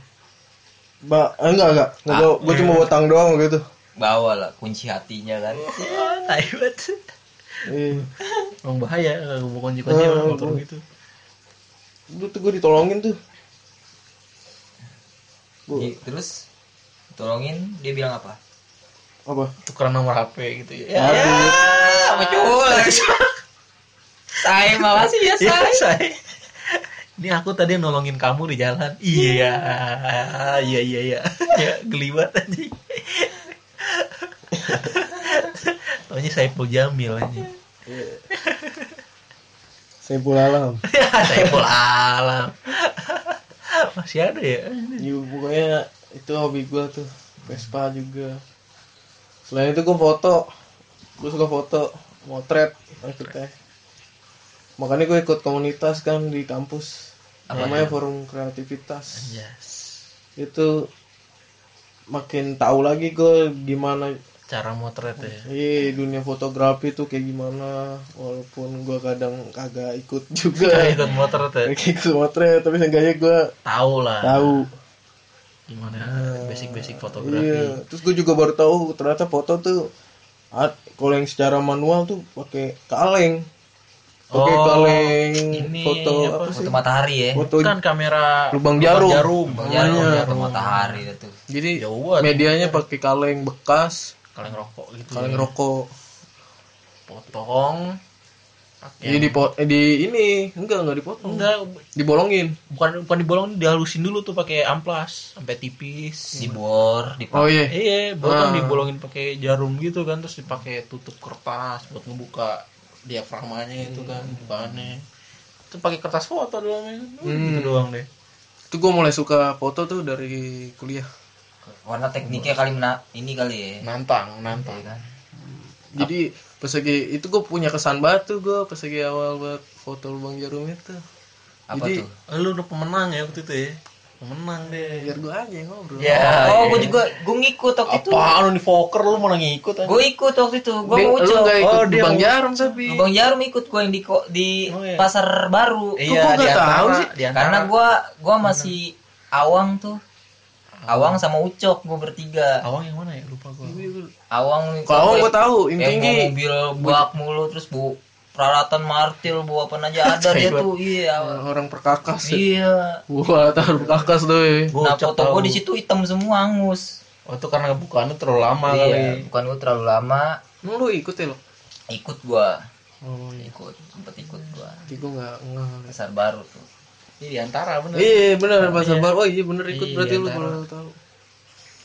[LAUGHS] ba eh, enggak enggak Ah, gue cuma bawa tang doang gitu bawa lah kunci hatinya kan Wah, tai banget Iya. emang bahaya nggak bawa kunci kunci Eh, motor gua- gitu Dulu tuh gue ditolongin tuh. Gue Iya. Di- Iya, terus tolongin dia bilang apa apa? tukeran nomor HP gitu ya Baru. Ah, sama cowok [LAUGHS] saya makasih ya Iya, saya say. Ini aku tadi yang nolongin kamu di jalan. Iya, iya, iya, iya. Ya, geli banget anjing. Taunya Saipul Jamil anjing. [LAUGHS] Saya alam. Saipul Alam. Masih ada ya? Ya, pokoknya itu hobi gue tuh. Vespa juga. Selain itu gue foto. Gue suka foto, motret maksudnya. Makanya gue ikut komunitas kan di kampus. Apa namanya forum kreativitas. Yes. Itu makin tahu lagi gue gimana Cara motret ya. Iya dunia fotografi tuh kayak gimana walaupun gua kadang kagak ikut Cara juga ikut motret ya. kayak ikut motret tapi seenggaknya gua Tahu lah tahu gimana basic-basic fotografi. iya terus gua juga baru tahu ternyata foto tuh at- kalau yang secara manual tuh pakai kaleng pakai Oh, kaleng ini foto apa, apa sih foto matahari ya foto Kan kamera Lubang jarum. Iya. jarum. Iya, ya foto matahari itu jadi Jauh banget. medianya pakai kaleng bekas Kaleng rokok gitu. kaleng ya. rokok potong pakai jadi di, di ini enggak enggak dipotong Ya. enggak dibolongin bukan bukan dibolong dihalusin dulu tuh pakai amplas sampai Iya. tipis dibor di oh iya iya baru kan Ah. dibolongin pakai jarum gitu kan terus dipakai tutup kertas buat ngebuka diafragmanya itu kan bukaannya itu pakai kertas foto doang men. Udah gitu doang deh itu gue mulai suka foto tuh dari kuliah warna tekniknya kali mena ini kali ya nantang nantang Iya kan? jadi pas lagi itu gue punya kesan banget tuh gue pas lagi awal buat foto lubang jarum itu apa Jadi- tuh Eh, lu udah pemenang ya waktu itu ya pemenang deh biar gue aja yang ngobrol oh gue juga gue ngikut waktu itu apaan lu nih foker lu mau ngikut eh? aja gue ikut waktu itu gue Ding, mau lu ucap gak ikut Oh, dia lubang mau- jarum tapi Lubang Jarum ikut gue yang di ko- di Oh, iya. pasar baru. Kok gua nggak tahu sih? Karena gue gua masih Awang tuh. Awang sama Ucok gue bertiga. awang yang mana ya lupa gue Awang kalau gue tahu yang yang tinggi bawa mobil bak mulu terus bu peralatan martil bawa apa [LAUGHS] aja ada dia tuh iya Awang. orang perkakas ya. iya Wah, tahu perkakas tuh ya. nah foto gue di situ hitam semua angus Oh itu karena bukaannya terlalu lama iya kali. ya? bukan gue terlalu lama Emang lu ikut ya lo? ikut gue Oh, iya. ikut sempet ikut gue Jadi gue gak nggak. pasar baru tuh Iya di antara bener. Iya bener Mas Sabar. Oh iya bener ikut Iya, berarti lu tahu. kalau tahu.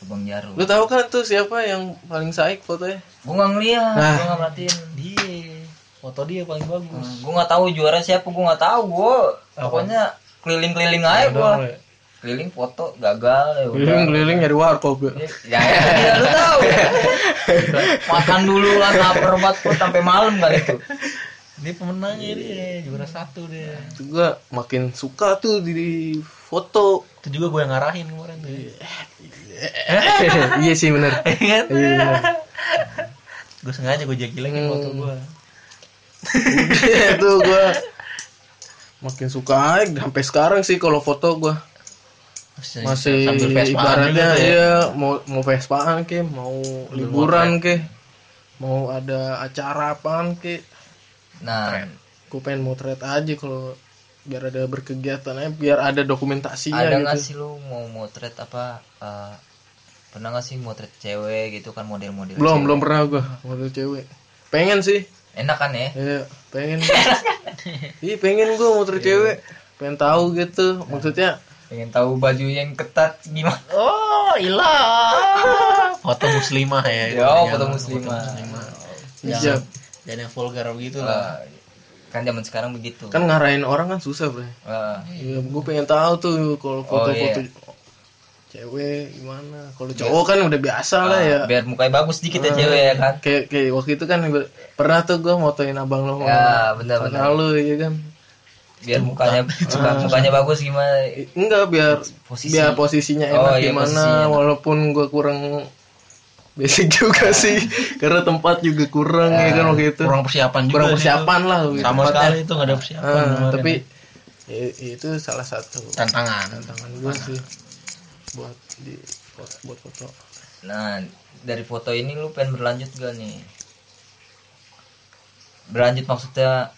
Lubang Jarum Lu tahu kan tuh siapa yang paling saik fotonya? gue nggak ngeliat Nah. gue nggak merhatiin Dia Iya. foto dia paling bagus. Iya, gue nggak tahu juara siapa gue nggak tahu gue pokoknya keliling keliling aja gue Doang, ya. keliling foto gagal ya udah keliling keliling nyari warkop ya. ya, ya, ya, lu tahu makan dulu lah lapar banget pun sampai malam kali itu Dia pemenangnya Iya. dia, juara satu dia. itu gua makin suka tuh di foto Itu juga gue yang ngarahin kemarin tuh. [LAUGHS] iya sih bener Ingat? iya bener Gue sengaja gue jagilin Hmm. foto gue. itu gua makin suka aja sampai sekarang sih kalau foto gua masih sambil Vespaan ibaratnya juga tuh ya. iya mau mau vespaan ke mau liburan ke mau ada acara apaan ke nah gue pengen motret aja kalau biar ada berkegiatan aja, biar ada dokumentasinya ada nggak gitu sih lu mau motret apa eh, pernah nggak sih motret cewek gitu kan model-model belum cewek? belum pernah gue model cewek pengen sih enak kan ya ya pengen iya pengen gue motret cewek pengen tahu gitu Iya. maksudnya pengen tahu baju yang ketat gimana Oh, ilah. Foto muslimah ya. Ya, Jangan- foto muslimah. iya Jangan yang vulgar gitu lah. Eh, kan zaman sekarang begitu kan ngarahin orang kan susah bro Eh, Iya, gue pengen tahu tuh kalau foto-foto iya. cewek gimana. Kalau cowok kan udah biasa lah ya. biar mukanya bagus dikit ya Ah, cewek ya kan Kayak kayak waktu itu kan gua- pernah tuh gue motoin abang lo. ya benar benar Karena lu ya kan. biar mukanya [LAUGHS] mukanya bagus gimana I- Enggak biar Posisi. biar posisinya enak Oh, iya, gimana posisinya enak. walaupun gue kurang basic [LAUGHS] juga [LAUGHS] sih karena tempat juga kurang ya kan waktu itu. Kurang persiapan juga. Kurang sih persiapan lah itu. gitu, Sama tempatnya. sekali itu nggak ada persiapan. Ah, kemarin. tapi i- Ya, itu salah satu Ah. tantangan. tantangan gue sih buat di buat foto. Nah, dari foto ini lu pengen berlanjut gak nih? Berlanjut maksudnya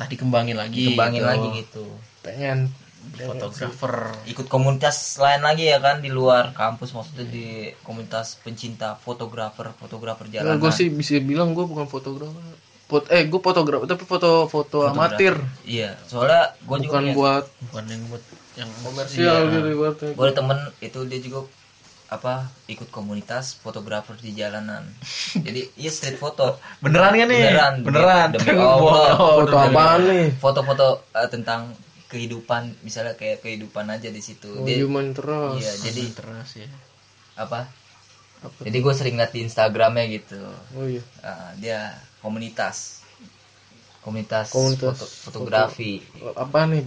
Tadi kembangin lagi. dikembangin gitu. lagi gitu. Pengen Fotografer. Ikut komunitas lain lagi ya kan di luar kampus maksudnya di komunitas pencinta fotografer, fotografer Nah, jalanan. gue sih bisa bilang gue bukan fotografer. Pot eh gue fotografer tapi foto foto amatir Iya, soalnya gue juga bukan punya, buat Bukan yang buat yang iya. komersial gitu ibaratnya. gua ada temen itu dia juga apa ikut komunitas fotografer di [LAUGHS] jalanan. Jadi iya street foto, Beneran kan nih? Beneran. Beneran. Demi [LAUGHS] Allah. Wow, foto apaan nih? foto-foto eh, tentang kehidupan misalnya kayak kehidupan aja di situ. Oh, Dia- human terus. Iya, jadi Terus ya. apa Apa? jadi gue sering liat di Instagramnya gitu Oh iya. Ah, dia komunitas komunitas, Komunitas foto- fotografi Apa nih?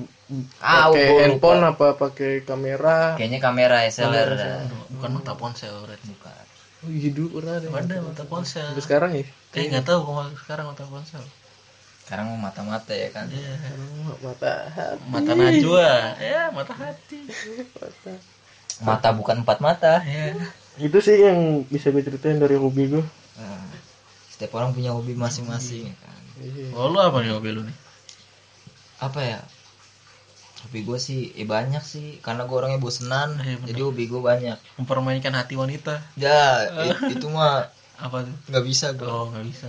Pakai Ah, gua lupa. handphone apa pakai kamera? kayaknya kamera ya, SLR dah. Bukan mata ponsel. Red. bukan Oh, iya dulu pernah ada. Ada mata ponsel. Sampai sekarang ya? Kayak nggak tahu kalau sekarang mata ponsel. sekarang mau mata-mata ya kan Iya. Oh, mata hati, Mata najwa. Ya, mata hati. mata. mata bukan empat mata Ya. Itu Gitu sih yang bisa gue ceritain dari hobi gue. Ah, setiap orang punya hobi masing-masing ya kan. Iya. Oh, lu apa nih hobi lu nih? apa ya hobi gue sih eh banyak sih karena gue orangnya bosenan Iya, bener. jadi hobi gue banyak Mempermainkan hati wanita. ya i- [LAUGHS] itu mah Apa tuh? nggak bisa gue Oh, nggak bisa.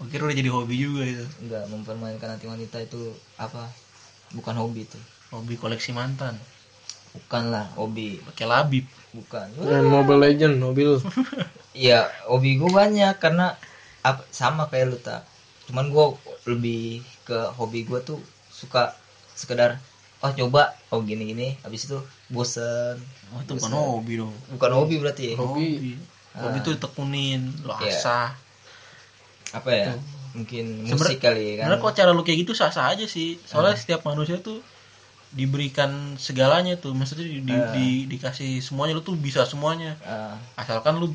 Mungkin udah jadi hobi juga itu. nggak mempermainkan hati wanita itu apa bukan hobi tuh Hobi koleksi mantan. bukan lah hobi Pakai labib. bukan Main Mobile Legend, mobil. ya hobi gue banyak karena apa sama kayak lu tak cuman gue lebih ke hobi gue tuh suka sekedar oh coba oh gini gini habis itu bosen Oh, itu bukan hobi dong. bukan hobi berarti ya Hobi. Hobi tuh tekunin, lo Iya. asah. apa ya mungkin Sebener- musik kali ya kan Ah. Sebenarnya kalau cara lu kayak gitu sah-sah aja sih. Soalnya setiap manusia tuh diberikan segalanya tuh. Maksudnya di, di- di- dikasih semuanya lu tuh bisa semuanya. Ah, Asalkan lu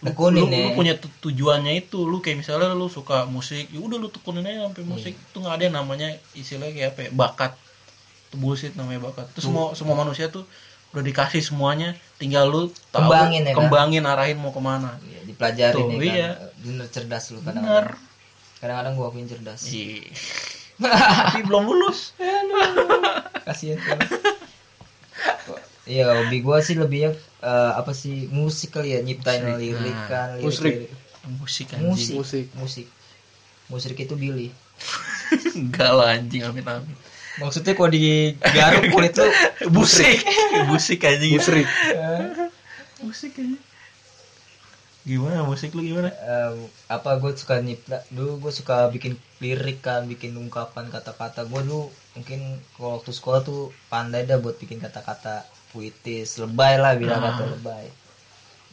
lu, lu- Tekunin lu ya. punya tu- tujuannya itu. Lu kayak misalnya lu suka musik, ya udah lu tekunin aja Iya. sampai musik. Itu nggak ada yang namanya istilahnya kayak apa ya, bakat. Itu bullshit namanya bakat. Itu semua semua manusia tuh udah dikasih semuanya, tinggal lu tahu Kembangin ya kan? kembangin arahin mau kemana. iya, dipelajarin Tuh, ya kan iya. bener cerdas lu kadang-kadang Bener. kadang-kadang gue akuin cerdas Iya. [LAUGHS] Tapi belum lulus. kasihan banget. Iya, hobi gue sih lebihnya eh, apa sih musik kali ya nyiptain lirik kan, lirik, Musrik. lirik. Musik anjing. musik, Musik. musik, musik itu Billy. [LAUGHS] Enggak lah anjing amit amit. Maksudnya kalau [LAUGHS] digaruk kulit tuh [LAUGHS] [LAUGHS] Busik. Busik anjing. Musrik. Musik anjing. Gimana musik lu gimana? eh, apa gue suka nyipta dulu gue suka bikin lirik kan, bikin ungkapan kata-kata. Gue dulu mungkin kalau waktu sekolah tuh pandai dah buat bikin kata-kata puitis lebay lah bilang atau lebay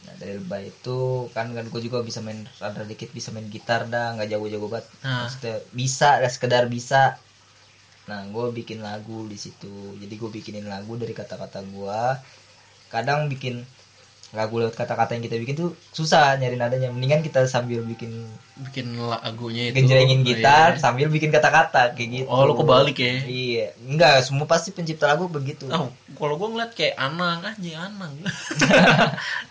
nah dari lebay itu kan kan gue juga bisa main rada dikit bisa main gitar dah nggak jago-jago banget Ah. Maksudnya bisa dah sekedar bisa nah gue bikin lagu di situ jadi gue bikinin lagu dari kata-kata gue kadang bikin lagu lewat kata-kata yang kita bikin tuh susah nyari nadanya mendingan kita sambil bikin bikin lagunya itu genjrengin gitar Gitu, Iya. sambil bikin kata-kata kayak gitu oh lu kebalik ya Iya, enggak, semua pasti pencipta lagu begitu. Oh, kalau gue ngeliat kayak Anang anjing [LAUGHS] Anang.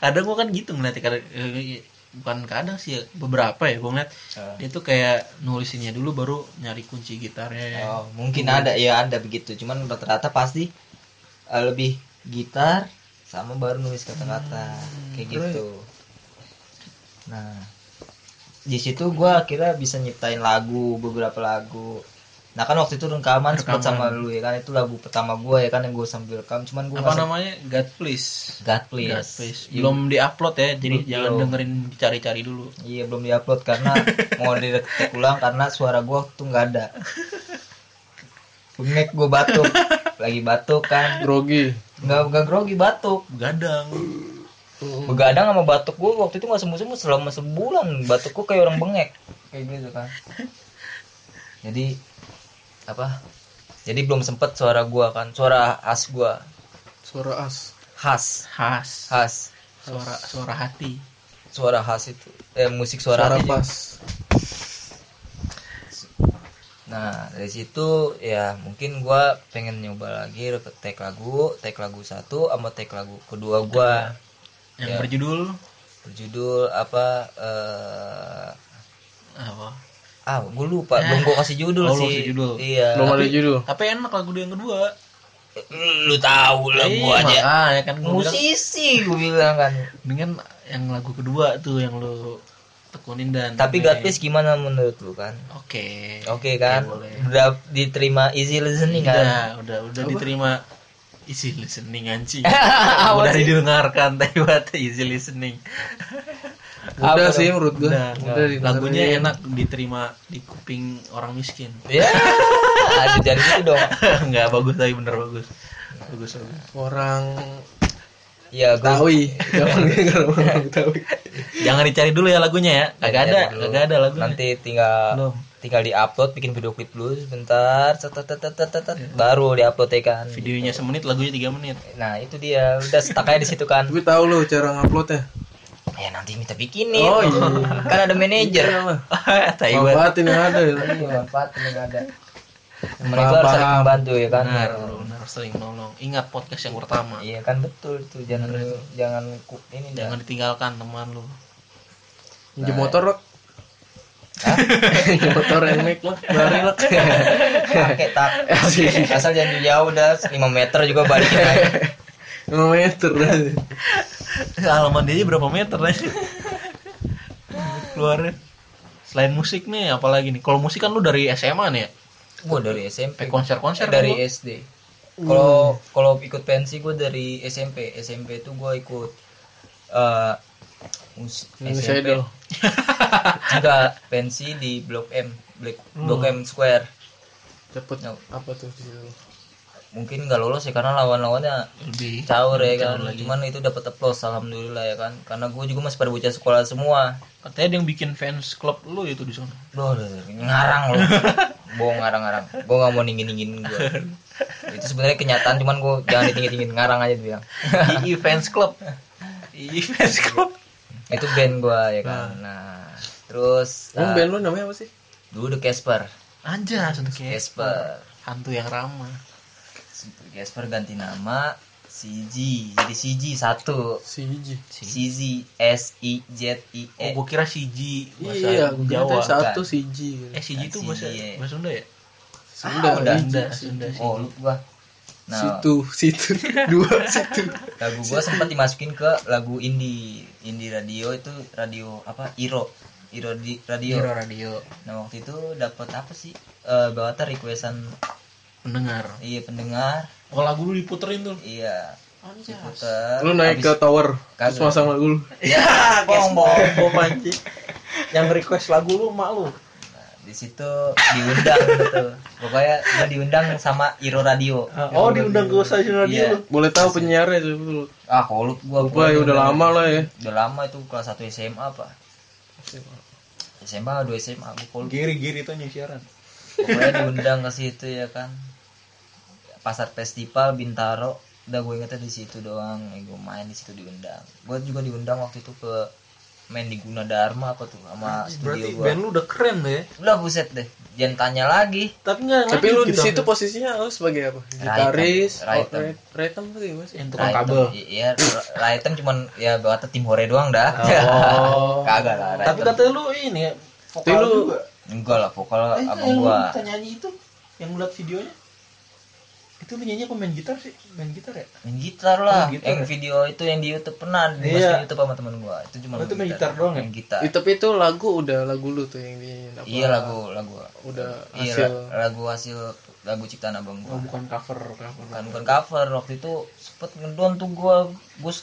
kadang gue kan gitu ngeliat kadang, eh, bukan kadang sih ya, beberapa ya gue ngeliat Ah. dia tuh kayak nulisinnya dulu baru nyari kunci gitarnya. Oh, mungkin ada ya ada begitu, cuman rata-rata pasti eh, lebih gitar sama baru nulis kata-kata Hmm, kayak gitu. Nah, di situ gua akhirnya bisa nyiptain lagu, beberapa lagu. Nah kan waktu itu rekaman sempat Rekaman. sama lu ya kan itu lagu pertama gua ya kan yang gue sambil rekam cuman Apa gua nggak namanya? God Please. sem- God please. Iya, God Please. Belum diupload ya, jadi Belum. jangan dengerin dicari-cari dulu. Iya belum diupload [LAUGHS] karena mau direktek ulang karena suara gua tuh nggak ada. Bengek gue batuk, lagi batuk kan, grogi nggak nggak grogi batuk. Gadang. Begadang sama batuk gue waktu itu nggak sembuh sembuh selama sebulan batuk gue kayak orang bengek kayak gitu kan. Jadi apa? Jadi belum sempet suara gua kan, suara khas gua suara as khas Khas. khas Suara suara hati. suara khas itu eh musik suara, suara hati juga. pas Nah dari situ ya mungkin gua pengen nyoba lagi rek- tag lagu, tag lagu satu sama tag lagu kedua gua Iya. Yang berjudul berjudul apa? eh apa? ah gue lupa belum gua kasih judul Eh. Oh, belum sih. kasih judul. Iya. belum ada judul Tapi enak lagu dia yang kedua. Iya, Lu tahu lah gua aja. makanya kan gua bilang, Musisi gua bilang kan. dengan yang lagu kedua tuh yang lu tekunin dan Tapi God Please gimana menurut lu kan? Oke. Oke kan? Oke, boleh. Udah diterima easy listening kan? Udah, udah, udah diterima isi listening anjing. [LAUGHS] Apa udah sih? didengarkan [LAUGHS] tapi buat isi listening. udah sih menurut gue Udah, udah lagunya enak diterima di kuping orang miskin. [LAUGHS] Ya. [LAUGHS] Aduh jangan gitu dong. Enggak bagus tapi bener bagus. Bagus bagus. orang Ya gua Betawi jangan [LAUGHS] gara orang Betawi Jangan dicari dulu ya lagunya ya. Kagak ada, kagak ada lagunya. Nanti tinggal Belum. tinggal diupload bikin video klip dulu sebentar, set, set, set, set, set, set, Iya. baru diupload ya kan. Videonya semenit, lagunya tiga menit. [LAUGHS] Nah, itu dia. Udah stuck aja di situ kan. tapi tahu lo cara nguploadnya Ya nanti minta bikinin. Oh, iya. Kan ada manajer. Iyalah, tai banget. manfaatin yang ada ya. Iya, manfaat yang ada. Mereka harus saling membantu ya kan. Benar, benar sering nolong. Ingat podcast yang pertama. Iya kan betul itu jangan jangan ku- ini dah. Jangan ditinggalkan teman lu. Nah. Pinjem motor lo Pinjem motor enek lah bari [LAUGHS] lah pakai tak. Asal jangan jauh dah 5 meter juga balikin aja. lima meter dah. [LAUGHS] Halaman dia aja berapa meter nih? Keluarnya. Selain musik nih, apalagi nih? Kalau musik kan lu dari SMA nih ya? Gua dari Kayak SMP. konser-konser kan Iya. Eh, dari lu? SD. Kalau kalau ikut pensi gue dari SMP. SMP itu gue ikut eh mus- Indonesia Idol [LAUGHS] Enggak, pensi di Blok M, Blok, Blok M Square. cepet No. apa tuh di situ? Mungkin nggak lolos ya karena lawan-lawannya lebih caur ya kan. Caur lagi. Cuman itu dapat applause alhamdulillah ya kan. Karena gue juga masih pada bocah sekolah semua. katanya ada yang bikin fans club lu itu di sana. Loh, loh, loh, ngarang loh. Bohong ngarang-ngarang. Gue nggak mau ningin-ninggin gue. itu sebenarnya kenyataan cuman gue jangan ditinggi-tinggin ngarang aja bilang. II fans club. II fans club. itu band gua ya kan nah terus Emang nah, Oh, band lu namanya apa sih? dulu The Casper Anjas untuk kayak Casper hantu yang ramah. Casper ganti nama CG jadi CG satu Si Iji CZ S I Z I E Oh, gua kira CG bahasa Iya, gua kira Jawa. kan? tadi satu si Iji gitu. Eh, CG itu CG, bahasa ya. bahasa Sunda ya? Sunda, ah, udah. Iji. Sunda, Sunda. oh lu gua nah Situ, situ, [LAUGHS] dua situ. lagu gua sempat dimasukin ke lagu indie indie radio itu radio apa Iro Iro di radio Kira radio nah waktu itu dapat apa sih Eh Bawata requestan pendengar. iya pendengar Oh, lagu lu diputerin tuh. iya Anjas. diputer Lu naik [LAUGHS] ke tower, terus Kagak. masang lagu lu. ya bohong bohong bom anjing. Yang request lagu lu mak lu. di situ diundang gitu pokoknya gue diundang sama Iro Radio oh diundang ke stasiun radio Iya. lu. Boleh tahu penyiarnya dulu. ah kolut gua Wah, ya udah lama lah ya. udah lama itu kelas 1 SMA apa SMA 2 SMA gue kolut Giri-giri itu siaran. pokoknya diundang ke situ ya kan pasar festival Bintaro udah gue ingetnya di situ doang ya, gue main di situ diundang gue juga diundang waktu itu ke main di Gunadarma apa tuh sama Berarti studio gue band lu udah keren deh. ya. udah buset deh jangan tanya lagi Tapi nggak gitu. Tapi lu lanjut di kita. situ posisinya lu sebagai apa? Gitaris, Raitem. Iya. Oh, ra- raitem tuh gimana sih? yang tukang Raitem, kabel. i- iya ra- Raitem cuman ya bawa tim hore doang dah Oh. [LAUGHS] kagak [LAUGHS] lah Tapi Raitem kata lu ini ya, vokal Tapi lu- juga. enggak lah vokal Eh, abang yang lu gua bisa nyanyi itu, yang lu liat videonya. Itu lu nyanyi apa main gitar sih? Main gitar ya? main gitar lah Main gitar yang ya? video itu yang di YouTube pernah di Iya. YouTube sama teman gua itu cuma Oh, itu main gitar doang ya? main gitar Itu itu lagu udah lagu lu tuh yang di apa? iya lagu lagu Udah iya hasil. la- lagu hasil lagu ciptaan abang Oh, gua bukan cover, cover. bukan bukan cover waktu itu sempet ngedon tuh gua gus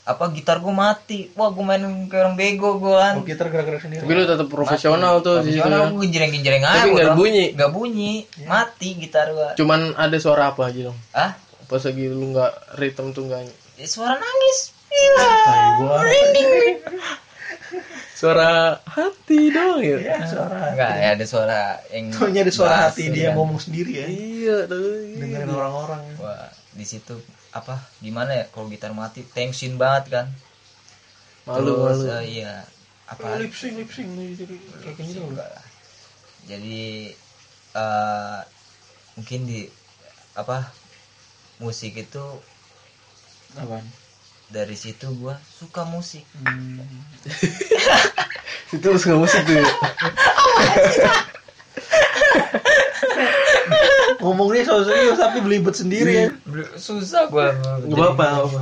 apa gitar gua mati wah gua main kayak orang bego gua kan Oh, gitar gerak-gerak sendiri. Tapi lu tetap profesional tuh di situ. Profesional kan? gue jereng-jereng aja. Tapi nggak bodoh. bunyi. Iya. Nggak bunyi. Mati gitar gua. kan. Cuman ada suara apa aja dong? Ah, Pas lagi lu nggak rhythm tuh nggak ya suara nangis. Iya. Tai gua. suara hati doang ya. Ya, suara. Enggak, ya ada suara yang Soalnya ada suara bass, hati ya dia kan. ngomong sendiri ya. Iya tuh. Dengerin orang-orang. Wah, di situ apa gimana ya kalau gitar mati tension banget kan. Malu Terus, malu. eh, iya. Apa Lip sync, lip sync lu jadi kayak gini lu. enggak lah. Jadi eh mungkin di apa musik itu Apaan? dari situ gua suka musik. Hmm. Itu lu suka musik tuh. ya? Ngomongnya soal serius tapi belibet sendiri ya. Susah gua. Nggak apa-apa. nggak apa-apa.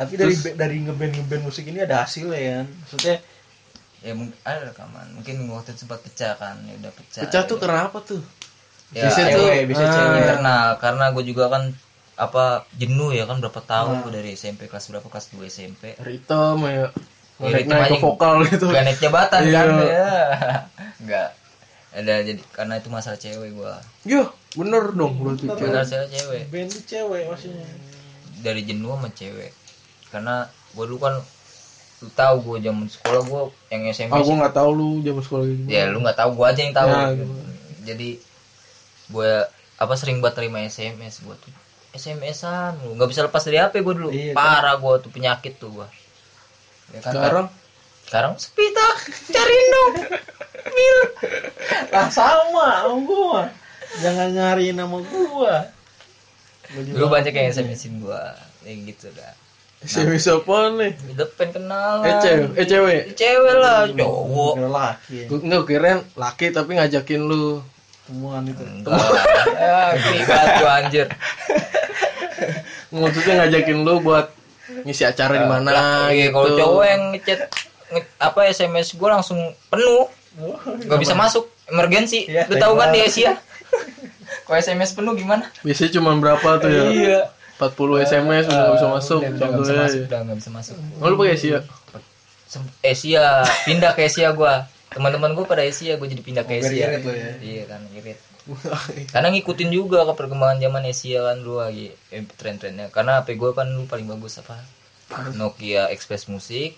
Tapi dari dari ngeband ngeband musik ini ada hasilnya ya. kan? Maksudnya ya mung- ada rekaman mungkin waktu itu sempat pecah kan ya udah pecah Pecah tuh kenapa tuh? ya, bisa ya, tuh. cewek, bisa Ah. cewek. internal karena gue juga kan apa jenuh ya kan berapa tahun gue dari SMP kelas berapa kelas 2 SMP Rhythm ya. Ya, Naik rhythm naik ke aja. vokal gitu. gak naik jabatan Iya. kan ya [LAUGHS] nggak ada jadi karena itu masalah cewek gue Yah, bener dong berarti. Cel. masalah saya cewek band tuh cewek maksudnya. dari jenuh sama cewek karena gue dulu kan lu tahu gue zaman sekolah gue yang SMP Ah, gua nggak tahu lu zaman sekolah gitu. ya lu nggak tahu gua aja yang tahu Ya, jadi gua apa sering buat terima sms gua tuh SMS-an lu nggak bisa lepas dari HP gua dulu kan? Iya, parah gua tuh penyakit tuh gua ya kan, Sekarang sekarang sepi tak cariin dong mil Lah sama sama gua. Jangan nyariin nama gua. Iya. lu banyak yang SMS-in gua ya gitu dah SMS apaan nih? udah pengen kenal Eh cewek, Iya, eh cewek. cewek lah cowok Kira laki ya. Gua enggak kirain laki tapi ngajakin lu. Temuan itu. enggak lah. ya gini banget gua anjir Maksudnya ngajakin lu buat ngisi acara di mana Ah, Iya, gitu. kalau cowok yang ngechat nge- apa SMS gue langsung penuh nggak bisa masuk emergensi Iya, lu tahu kan di tembak. Asia kalau SMS penuh gimana Biasanya cuma berapa tuh ya? Iya. 40 SMS udah nggak bisa Eh, masuk. udah, udah nggak bisa contohnya. masuk Eh? udah nggak bisa masuk Oh, lu pakai sih ya? Sem- Asia pindah ke Asia gue teman-teman gue pada Asia gue jadi pindah ke Oh, biar Asia irit lo ya. iya kan irit karena ngikutin juga ke perkembangan zaman Asia kan dulu lagi eh, tren-trennya karena HP gue kan lu paling bagus apa Nokia Express Music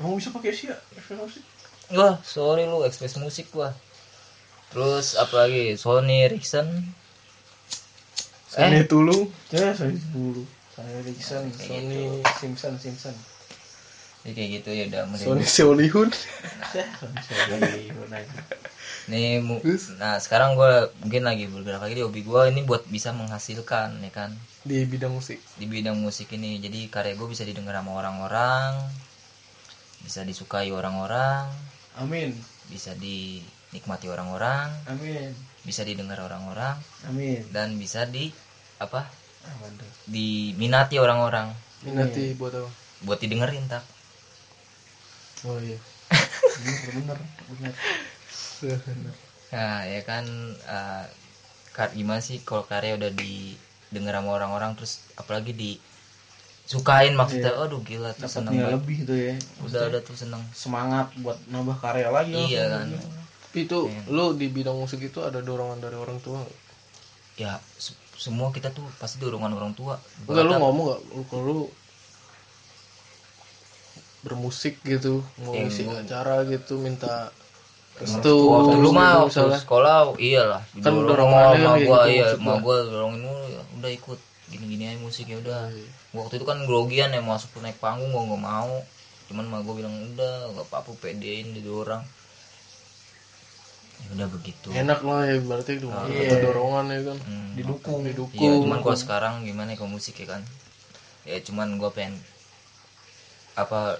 Emang bisa pakai sia? Emang sih? Wah, sorry lu Express Musik gua. Terus apa lagi? Sony Ericsson. Sony Eh, Tulung. Ya, saya dulu. Saya Rickson, Sony Simpson, Simpson. ya kayak gitu ya udah mulai. Sony Seolihun. Ya, Sony Sony, Sony. Nih, mu- nah sekarang gua mungkin lagi bergerak lagi di hobi gua ini buat bisa menghasilkan ya kan di bidang musik. di bidang musik ini. Jadi karya gua bisa didengar sama orang-orang, bisa disukai orang-orang, Amin, bisa dinikmati orang-orang, amin, bisa didengar orang-orang amin. dan bisa di apa? Aman tuh. diminati orang-orang Iya. Minati buat [LAUGHS] apa? buat didengerin tak Oh iya. Bener, bener, bener. Nah, ya kan eh, kar- gimana sih kalau karya udah didengar sama orang-orang terus apalagi disukain maksudnya Iya. aduh gila tuh Dapat seneng nilai banget. lebih tuh ya. Udah udah tuh seneng. Semangat buat nambah karya lagi. Iya kan. Tapi itu lu di bidang musik itu ada dorongan dari orang tua nggak? ya se- semua kita tuh pasti dorongan orang tua Enggak lu Bahkan- ngomong nggak lu kalau lu bermusik gitu, mau Ya, ngisi gua- Iya. acara gitu, minta restu waktu dulu mah waktu misalnya. sekolah iyalah Kan didorong dorongan sama kan gua gitu iya maksud sama gua. gua dorongin mulu ya udah ikut gini-gini aja musik ya udah Iya. waktu itu kan grogian ya masuk naik panggung gua nggak mau cuman mah gua bilang udah gak apa-apa pedein jadi orang ya udah begitu Enak lah ya berarti itu ada dorongan ya kan. Hmm, Didukung, didukung. Iya, Ah. cuman gua sekarang gimana ya ke musik ya kan. Ya cuman gua pengen apa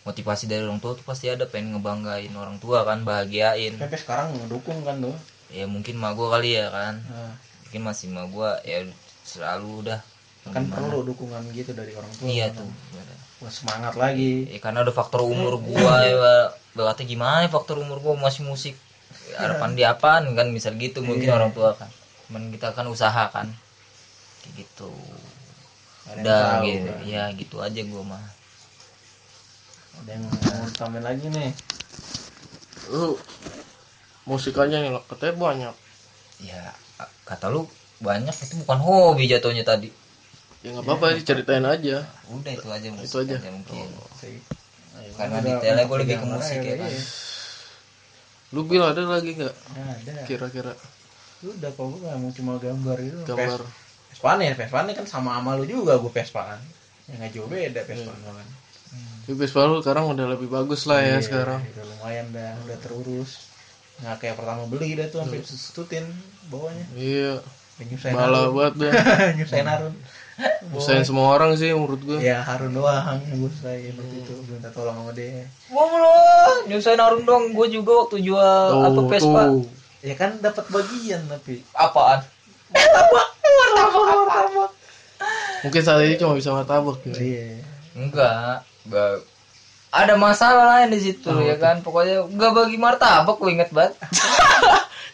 motivasi dari orang tua tuh pasti ada pengen ngebanggain orang tua kan, bahagiain. Tapi sekarang ngedukung kan tuh. Ya mungkin mah gua kali ya kan. Nah, Mungkin masih mah gua ya selalu udah kan perlu dukungan gitu dari orang tua. Iya kan. tuh. Buat semangat lagi. Ya, karena ada faktor umur gua ya berarti gimana ya faktor umur gua masih musik. Ya, Harapan dia apaan kan misal gitu mungkin orang tua kan. Cuman kita kan usaha kan. Kayak gitu. Ada yang udah tahu, gitu kan. ya gitu aja gua mah Ada yang mau tambahin lagi nih. Lu musikannya yang katanya banyak. ya a- kata lu banyak itu bukan hobi jatuhnya tadi Ya nggak apa-apa Iya. diceritain aja. udah itu aja Oh. musik aja. mungkin Sih. Ayo, karena udah- detailnya gua udah lebih ke tiga musik orang ya kan iya. Lu bilang ada lagi nggak Nah, ada. kira-kira Udah kalau gua mau cuma gambar gitu. gambar? Vespa nih, Vespa nih kan sama sama lu juga gua Vespa kan. Ya nggak jauh beda Vespa Iya. gua kan. Tapi Vespa lu Ya, sekarang udah lebih bagus lah ya Iya, sekarang. Udah lumayan dah, udah terurus. Nggak kayak pertama beli dah tuh Iya. sampai setutin bawahnya. Iya, Penyusain bala Harun. banget dah. [LAUGHS] Nyusahin Harun. Usahain semua orang sih menurut gue. Ya Harun doang yang gue usahain waktu itu. Gua minta tolong sama dia. gua belum nyusahin Arun dong gua juga waktu jual apa Tuh, Vespa tuh. Ya kan dapat bagian tapi. apaan Mungkin saat ini cuma bisa martabak ya. Iya. enggak enggak ada masalah lain di situ ya kan pokoknya enggak bagi martabak gua inget banget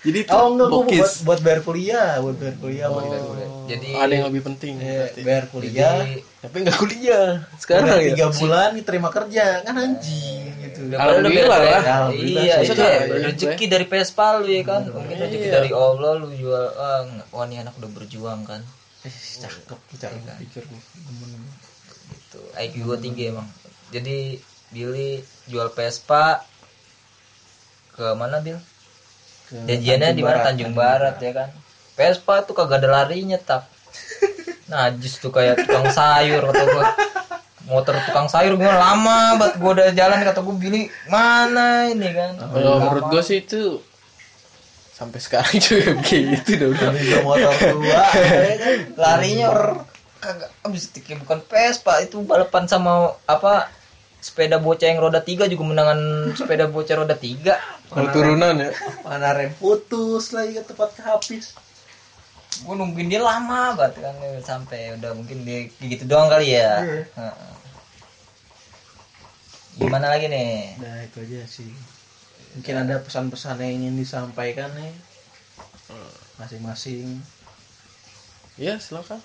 Jadi itu Oh enggak, gua bokis. buat, buat bayar kuliah, buat Oh, bayar kuliah. waktu itu. jadi ya, Ada yang lebih penting. Iya, berarti. bayar kuliah. jadi- Tapi nggak kuliah sekarang Udah ya. tiga bulan diterima kerja kan anjing gitu. Udah pada Alhamdulillah lebih- lah. Alhamdulillah, Iya, saya iya. juga. Rezeki dari Vespa lu ya kan. Mungkin rezeki dari Allah lu jual. ah, nggak. Wah, ini anak udah berjuang kan. Eh, cakep cara berpikir gua. Temen gua. Gitu. IQ gua tinggi emang. Jadi Billy jual Vespa ke mana Bil? Ke Janjiannya Tanjung di mana Barat, Tanjung Barat ya kan. Vespa tuh kagak ada larinya [LAUGHS] tak. Najis tuh kayak tukang sayur kata gua. Motor tukang sayur gua lama banget gua udah jalan kata gua gini mana ini kan. Oh, Kalau menurut gue sih itu sampai sekarang juga [LAUGHS] begitu dong. Tanjung motor tua ya kan. larinya or kagak abis tiknya bukan Vespa itu balapan sama apa sepeda bocah yang roda tiga juga menangan sepeda bocah roda tiga Kalau turunan ya. Mana rem putus lagi ke tempat habis. gue nungguin dia lama banget kan sampai udah mungkin dia kayak gitu doang kali ya Iya. Heeh. gimana lagi nih Nah itu aja sih. Mungkin ada pesan-pesan yang ingin disampaikan nih Eh. masing-masing. Ya silakan.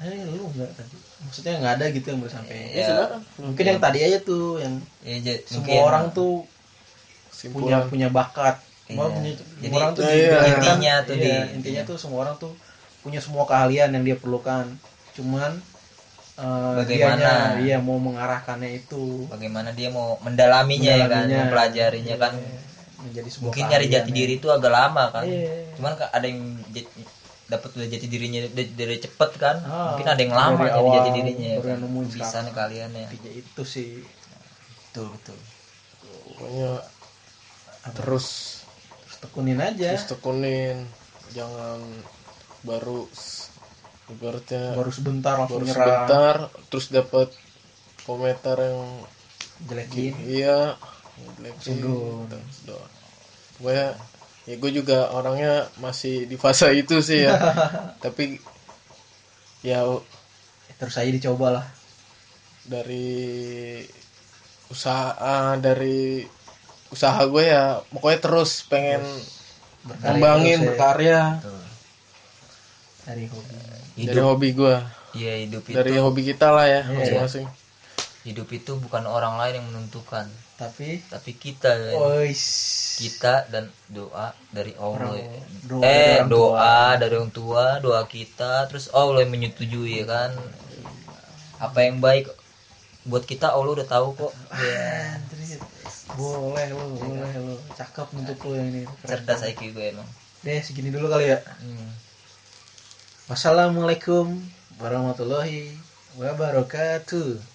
Eh lu enggak tadi. Maksudnya enggak ada gitu yang mau disampaikan. Ya, silakan. Mungkin yang tadi aja tuh yang ya, ja- semua mungkin orang tuh punya Simpulan. punya bakat. Semua Iya. punya- semua Jadi, orang tuh iya, dibilangkan- intinya tuh iya, di- intinya tuh semua orang tuh punya semua keahlian yang dia perlukan. Cuman eh, Bagaimana? dianya- Iya mau mengarahkannya itu bagaimana dia mau mendalaminya, ya kan Mendalaminya. mempelajarinya kan Iya, menjadi sebuah mungkin nyari jati keahlian diri itu agak lama kan Iya. cuman ka- ada yang jat- dapat udah jati dirinya d- dari cepet kan Ah, mungkin ada yang lama dari jadi awal, jati dirinya ya baru kan nemuin bisa sekarang. nih kalian ya yang tiga itu sih. betul betul Pokoknya terus Terus tekunin aja. terus tekunin. Jangan baru s- ibaratnya baru sebentar baru langsung nyerah. sebentar terus dapat komentar yang Jelekin. iya black Sudut. gue ya gue juga orangnya masih di fase [LAUGHS] itu sih ya tapi ya Terus aja dicoba lah. dari usaha ah, dari usaha gue ya pokoknya terus pengen ngembangin terus ya. berkarya Iya, betul Dari hobi. dari hidup hobi gue ya hidup Iya. itu dari hobi kita lah ya masing-masing hidup itu bukan orang lain yang menentukan tapi tapi kita ya. ois kita dan doa dari Oh. Allah Orang- ya. doa dari eh orang doa dari orang tua doa kita terus Allah yang menyetujui ya kan apa yang baik buat kita Allah udah tahu kok Iya. ya boleh lo boleh lo cakep untuk lo yang ini Keren. cerdas IQ gue emang deh segini dulu kali ya Hmm. wassalamualaikum warahmatullahi wabarakatuh